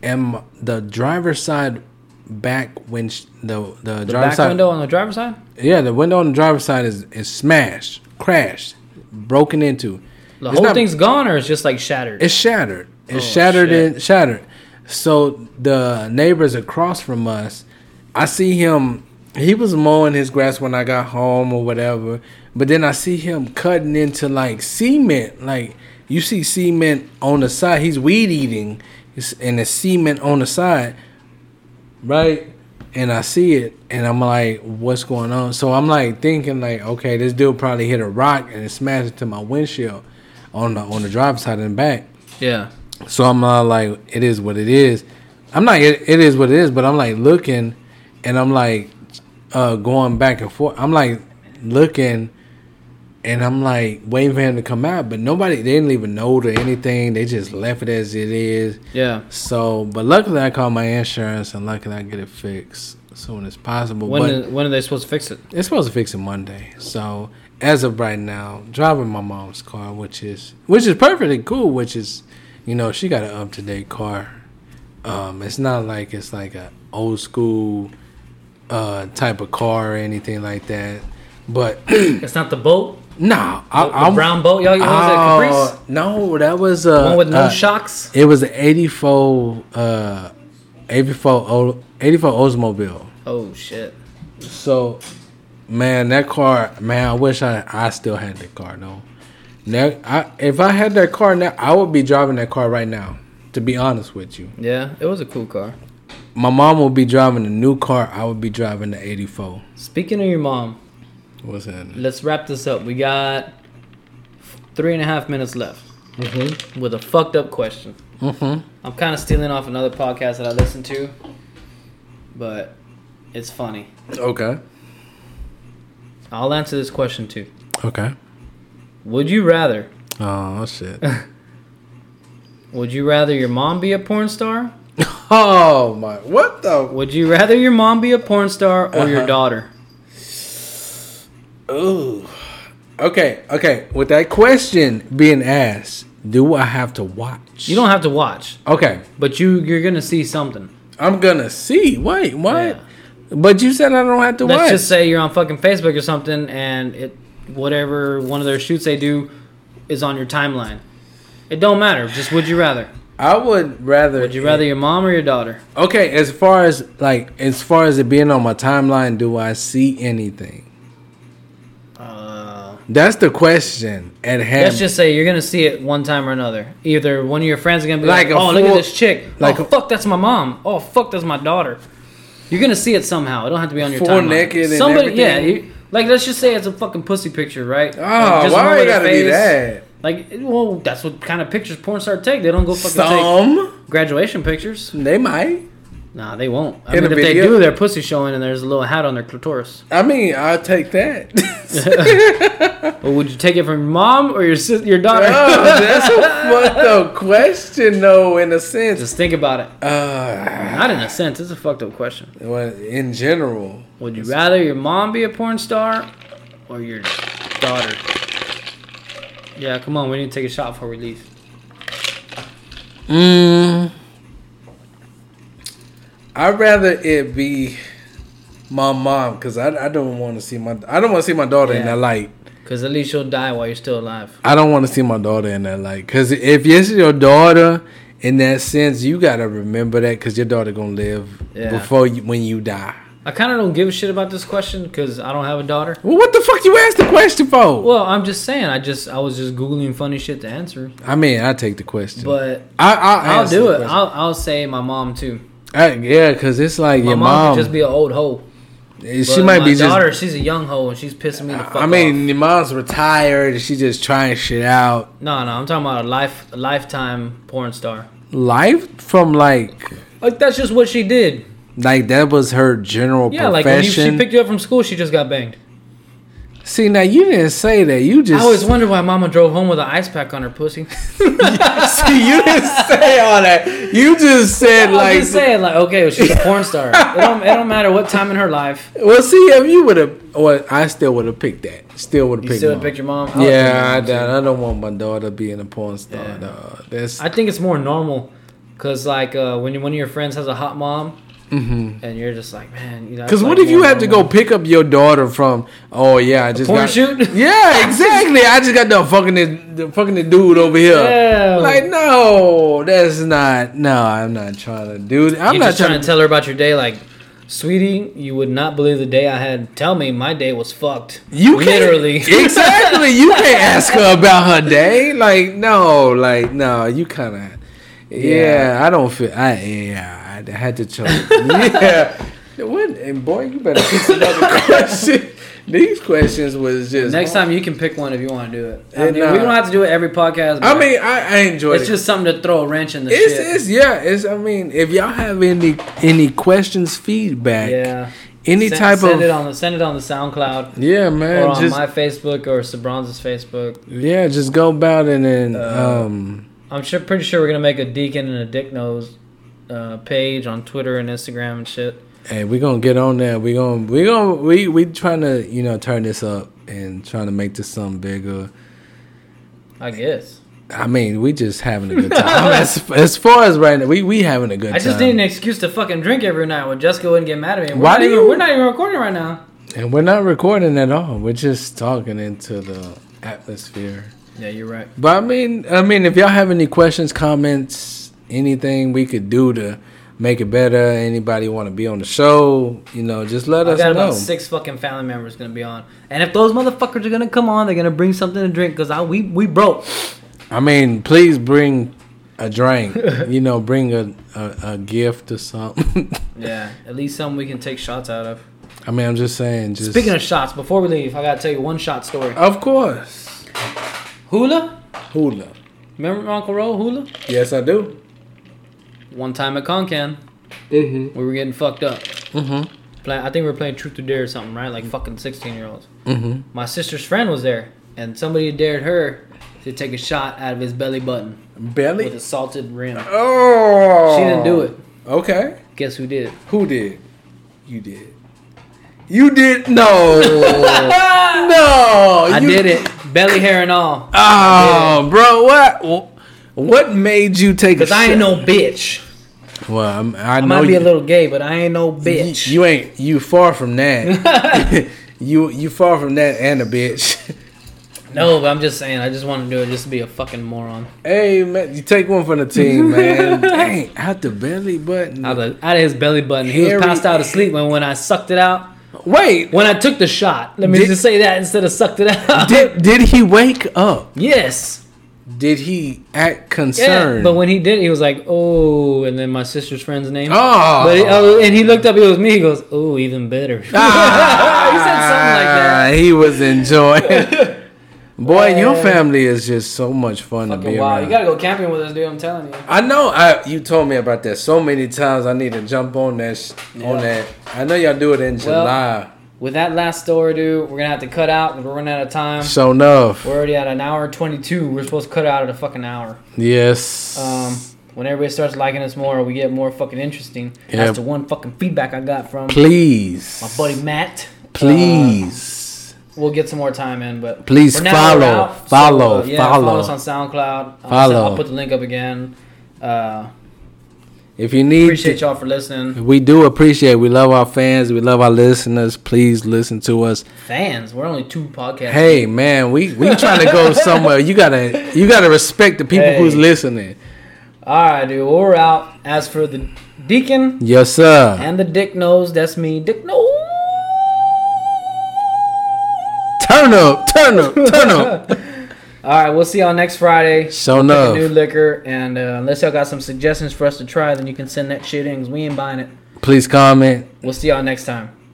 C: and m- the driver's side back winch, the the,
B: the
C: driver's
B: back
C: side,
B: window on the driver's side,
C: yeah, the window on the driver's side is is smashed, crashed, broken into.
B: the
C: It's
B: whole
C: not-
B: thing's gone, or it's just like shattered.
C: It's shattered. It's shattered
B: shit.
C: and shattered. So the neighbors across from us, I see him. He was mowing his grass when I got home or whatever. But then I see him cutting into like cement. Like you see cement on the side. He's weed eating, It's- and it's cement on the side, right? And I see it, and I'm like, "What's going on?" So I'm like thinking, like, "Okay, this dude probably hit a rock and it smashed into my windshield on the on the driver's side and back."
B: yeah,
C: So I'm uh, like, it is what it is. I'm not. It, it is what it is. But I'm like looking, and I'm like uh, going back and forth. I'm like looking, and I'm like waiting for him to come out. But nobody. They didn't even know it or anything. They just left it as it is.
B: yeah.
C: So, but luckily I called my insurance, and luckily I get it fixed as soon as possible.
B: When
C: but
B: is- when are they supposed to fix it?
C: it's supposed to fix it Monday. So as of right now, driving my mom's car, which is which is perfectly cool, which is you know, she got an up to date car. Um, it's not like it's like a old school uh type of car or anything like that. But
B: It's not the boat,
C: nah, I,
B: the, the brown boat. Y'all, what was it, Caprice?
C: Oh, no, that was uh,
B: One with no
C: uh,
B: shocks.
C: It was an '84, uh, '84, '84 Oldsmobile.
B: Oh shit.
C: So, man, that car, man, I wish I I still had that car though. Now, I, if I had that car now, I would be driving that car right now. To be honest with you,
B: Yeah, it was a cool car.
C: my mom would be driving a new car. I would be driving the '84.
B: Speaking of your mom,
C: What's that?
B: let's wrap this up. We got three and a half minutes left with a fucked up question.
C: Mm-hmm.
B: I'm kind of stealing off another podcast that I listen to, but it's funny.
C: Okay.
B: I'll answer this question too.
C: Okay.
B: Would you rather?
C: Oh shit.
B: Would you rather your mom be a porn star?
C: oh my! What the?
B: Would you rather your mom be a porn star or your
C: Uh-huh.
B: daughter?
C: Ooh. Okay. Okay. With that question being asked, do I have to watch?
B: You don't have to watch,
C: Okay.
B: but you you're gonna see something.
C: I'm gonna see. Wait, what?
B: Yeah.
C: But you said I don't have to
B: Let's
C: watch.
B: just say you're on fucking Facebook or something, and it whatever one of their shoots they do is on your timeline. It don't matter. Just would you rather?
C: I would rather.
B: Would you rather your mom or your daughter?
C: Okay, as far as like, as far as it being on my timeline, do I see anything?
B: Uh,
C: That's the question at hand.
B: let's just say you're gonna see it one time or another. Either one of your friends is gonna be like,
C: Like a
B: "Oh, look at
C: full-
B: this chick!
C: like
B: oh,
C: a-
B: fuck, that's my mom! Oh, fuck, that's my daughter!" You're gonna see it somehow. It don't have to be on your
C: Full
B: timeline.
C: naked and
B: Somebody, yeah,
C: everything.
B: you, like let's just say it's a fucking pussy picture, right?
C: oh,
B: like, just one
C: why
B: way
C: you
B: to
C: gotta be
B: face.
C: that?
B: Like, well, that's what kind of pictures porn star take. They don't go fucking
C: Some
B: take graduation pictures.
C: they might.
B: Nah, they won't. I
C: In
B: mean,
C: a
B: if they
C: video?
B: do, their pussy showing and there's a little hat on their clitoris.
C: I mean, I'll take that.
B: But would you take it from your mom or your sis- your daughter?
C: oh, that's a fucked up question, though. In a sense,
B: Just think about it.
C: uh,
B: Not in a sense. It's a fucked up question.
C: well, in general,
B: Would you rather your mom be a porn star or your daughter? Yeah, come on. We need to take a shot before we leave.
C: Mm, I'd rather it be my mom because I, I don't want to see my I don't want to see my daughter in
B: Yeah.
C: that light.
B: Because at least you'll die while you're still alive.
C: I don't want to see my daughter in that light because if it's your daughter in that sense, you gotta remember that because your daughter gonna live
B: Yeah.
C: before you, when you die.
B: I kind of don't give a shit about this question because I don't have a daughter.
C: Well, what the fuck you asked the question for?
B: Well, I'm just saying. I just I was just googling funny shit to answer,
C: I mean, I take the question,
B: but
C: I, I
B: I'll do it. I'll, I'll say my mom too.
C: I, Uh, yeah, because it's like
B: My
C: your
B: mom,
C: mom.
B: could just be an old hoe.
C: she might
B: my
C: be just
B: daughter. she's a young hoe and she's pissing me the fuck off.
C: I mean, your mom's retired and she just trying shit out.
B: no, no, I'm talking about a life a lifetime porn star.
C: Life from like
B: Like that's just what she did.
C: like that was her general
B: Yeah, like when you,
C: profession.
B: she picked you up from school, she just got banged.
C: See, now you didn't say that.
B: I
C: You just
B: always wondered why Mama drove home with an ice pack on her pussy.
C: see. You didn't say all that. You just said
B: I'm
C: like.
B: just saying, like, okay, well, she's a porn star. It don't, it don't matter what time in her life.
C: Well, see, if you would have, well, I still would have picked that. Still would have
B: You
C: picked.
B: still
C: mine.
B: pick your mom. I like
C: Yeah, I,
B: your mom, too.
C: don't- I don't want my daughter being a porn star. dog. That's
B: I think it's more normal, cause like uh, when you- one of your friends has a hot mom, and you're just like, man, you know.
C: Because Mm-hmm. what if you have to go pick up your daughter from? Oh yeah, I just
B: porn
C: got,
B: shoot?
C: Yeah, exactly. I just got done fucking the fucking the dude over here.
B: Yeah.
C: Like no, that's not. No, I'm not trying to do. that. I'm
B: I'm
C: not
B: just trying, to
C: tell.
B: tell her about your day, like, sweetie, you would not believe the day I had. Tell me, my day was fucked.
C: You can't-
B: literally.
C: exactly. You can't ask her about her day. Like no, like no. You kind of. Yeah, I don't feel. I yeah, I had to choke. yeah. What and boy, you better fix another question. These questions was just
B: Next time you can pick one if you want to do it. I
C: Yeah,
B: mean,
C: nah.
B: we don't have to do it every podcast.
C: I
B: but
C: mean, I, I enjoyed
B: it's
C: it.
B: just something to throw a wrench in the
C: it's,
B: shit.
C: it's yeah. It's I mean, if y'all have any any questions, feedback,
B: yeah.
C: any
B: Send-
C: type
B: send
C: of
B: it on the send it on the SoundCloud
C: yeah,
B: or
C: man,
B: on
C: just
B: my Facebook or Sabron's Facebook.
C: yeah, just go about it and
B: Uh,
C: um
B: I'm sure, pretty sure we're gonna make a deacon and a dick nose uh, page on Twitter and Instagram and shit.
C: and we're gonna get on that. We're gonna we gonna we we trying to you know turn this up and trying to make this something bigger.
B: I guess.
C: I mean, we just having a good time. as, as far as right now, we we having a good
B: I
C: time.
B: just need an excuse to fucking drink every night when Jessica wouldn't get mad at me. We're
C: Why
B: not
C: do
B: even,
C: you-
B: We're not even recording right now.
C: and we're not recording at all. We're just talking into the atmosphere.
B: Yeah, you're right.
C: But I mean, I mean, if y'all have any questions, comments, anything we could do to make it better, anybody want to be on the show, you know, just let
B: I
C: us
B: got about
C: know.
B: six fucking family members gonna be on, and if those motherfuckers are gonna come on, they're gonna bring something to drink because I we we broke.
C: I mean, please bring a drink, you know, bring a, a, a gift or something.
B: Yeah, at least something we can take shots out of.
C: I mean, I'm just saying, just
B: Speaking of shots, before we leave, I gotta tell you one shot story.
C: of course,
B: Hula,
C: hula.
B: remember Uncle Ro Hula?
C: Yes, I do.
B: One time at Concan,
C: Mm-hmm.
B: we were getting fucked up.
C: Mm-hmm.
B: Play, I think we were playing Truth or Dare or something, right? Like fucking 16 year olds.
C: Mm-hmm.
B: My sister's friend was there, and somebody dared her to take a shot out of his belly button with
C: Belly.
B: a salted rim.
C: Oh,
B: She didn't do it.
C: Okay.
B: Guess who did?
C: Who did? You did. You did no. no.
B: I
C: you-
B: did it. Belly hair and all.
C: Oh, bro, what what made you take a
B: Because I ain't
C: shot?
B: no bitch.
C: Well, I'm, I
B: I
C: know
B: might be
C: you,
B: a little gay, but I ain't no
C: you,
B: bitch.
C: you ain't you far from that. you you far from that and a bitch.
B: no, but I'm just saying, I just want to do it just to be a fucking moron.
C: hey man, you take one for the team, man. Dang, out the belly button.
B: Out of, out of his belly button. He
C: Hairy-
B: was passed out asleep when, when I sucked it out.
C: Wait,
B: When I took the shot. Let me
C: Did-
B: just say that instead of sucked it out.
C: did did he wake up?
B: yes.
C: Did he act
B: Yeah,
C: concerned?
B: but when he did, he was like, "Oh," and then my sister's friend's name.
C: Oh.
B: but he, oh, and he looked up. It was me. He goes, "Oh, even better." he said something like that.
C: Ah, He was enjoying. Boy, your family is just so much fun to be
B: wow,
C: around.
B: you gotta go camping with us, dude. I'm telling you.
C: I know. I you told me about that so many times. I need to jump on that. Sh- On
B: Yeah.
C: that. I know y'all do it in July.
B: With that last story, dude, we're gonna have to cut out. 'cause We're running out of time.
C: So enough.
B: We're already at an hour twenty-two. We're supposed to cut out at a fucking hour.
C: Yes.
B: Um, when everybody starts liking us more, we get more fucking interesting.
C: Yeah.
B: That's the one fucking feedback I got from
C: please.
B: my buddy Matt. Uh,
C: Please.
B: we'll get some more time in, but
C: Please
B: for now, we're
C: follow,
B: out. uh,
C: follow,
B: yeah, follow
C: follow.
B: us on SoundCloud. Uh,
C: Follow.
B: I'll put the link up again. Uh,
C: if you need.
B: appreciate y'all for listening,
C: we do appreciate. We love our fans. We love our listeners. Please listen to us.
B: fans. We're only two podcasts.
C: Hey man, we we trying to go somewhere. You gotta you gotta respect the people
B: Hey.
C: who's listening.
B: All right, dude. well, we're out. As for the deacon
C: Yes sir.
B: and the dick nose, that's me, dick nose.
C: turn up, turn up, turn up.
B: All right, we'll see y'all next Friday.
C: So
B: Get a New
C: enough.
B: liquor, and uh, unless y'all got some suggestions for us to try, then you can send that shit in. 'cause we ain't buying it.
C: Please comment.
B: We'll see y'all next time.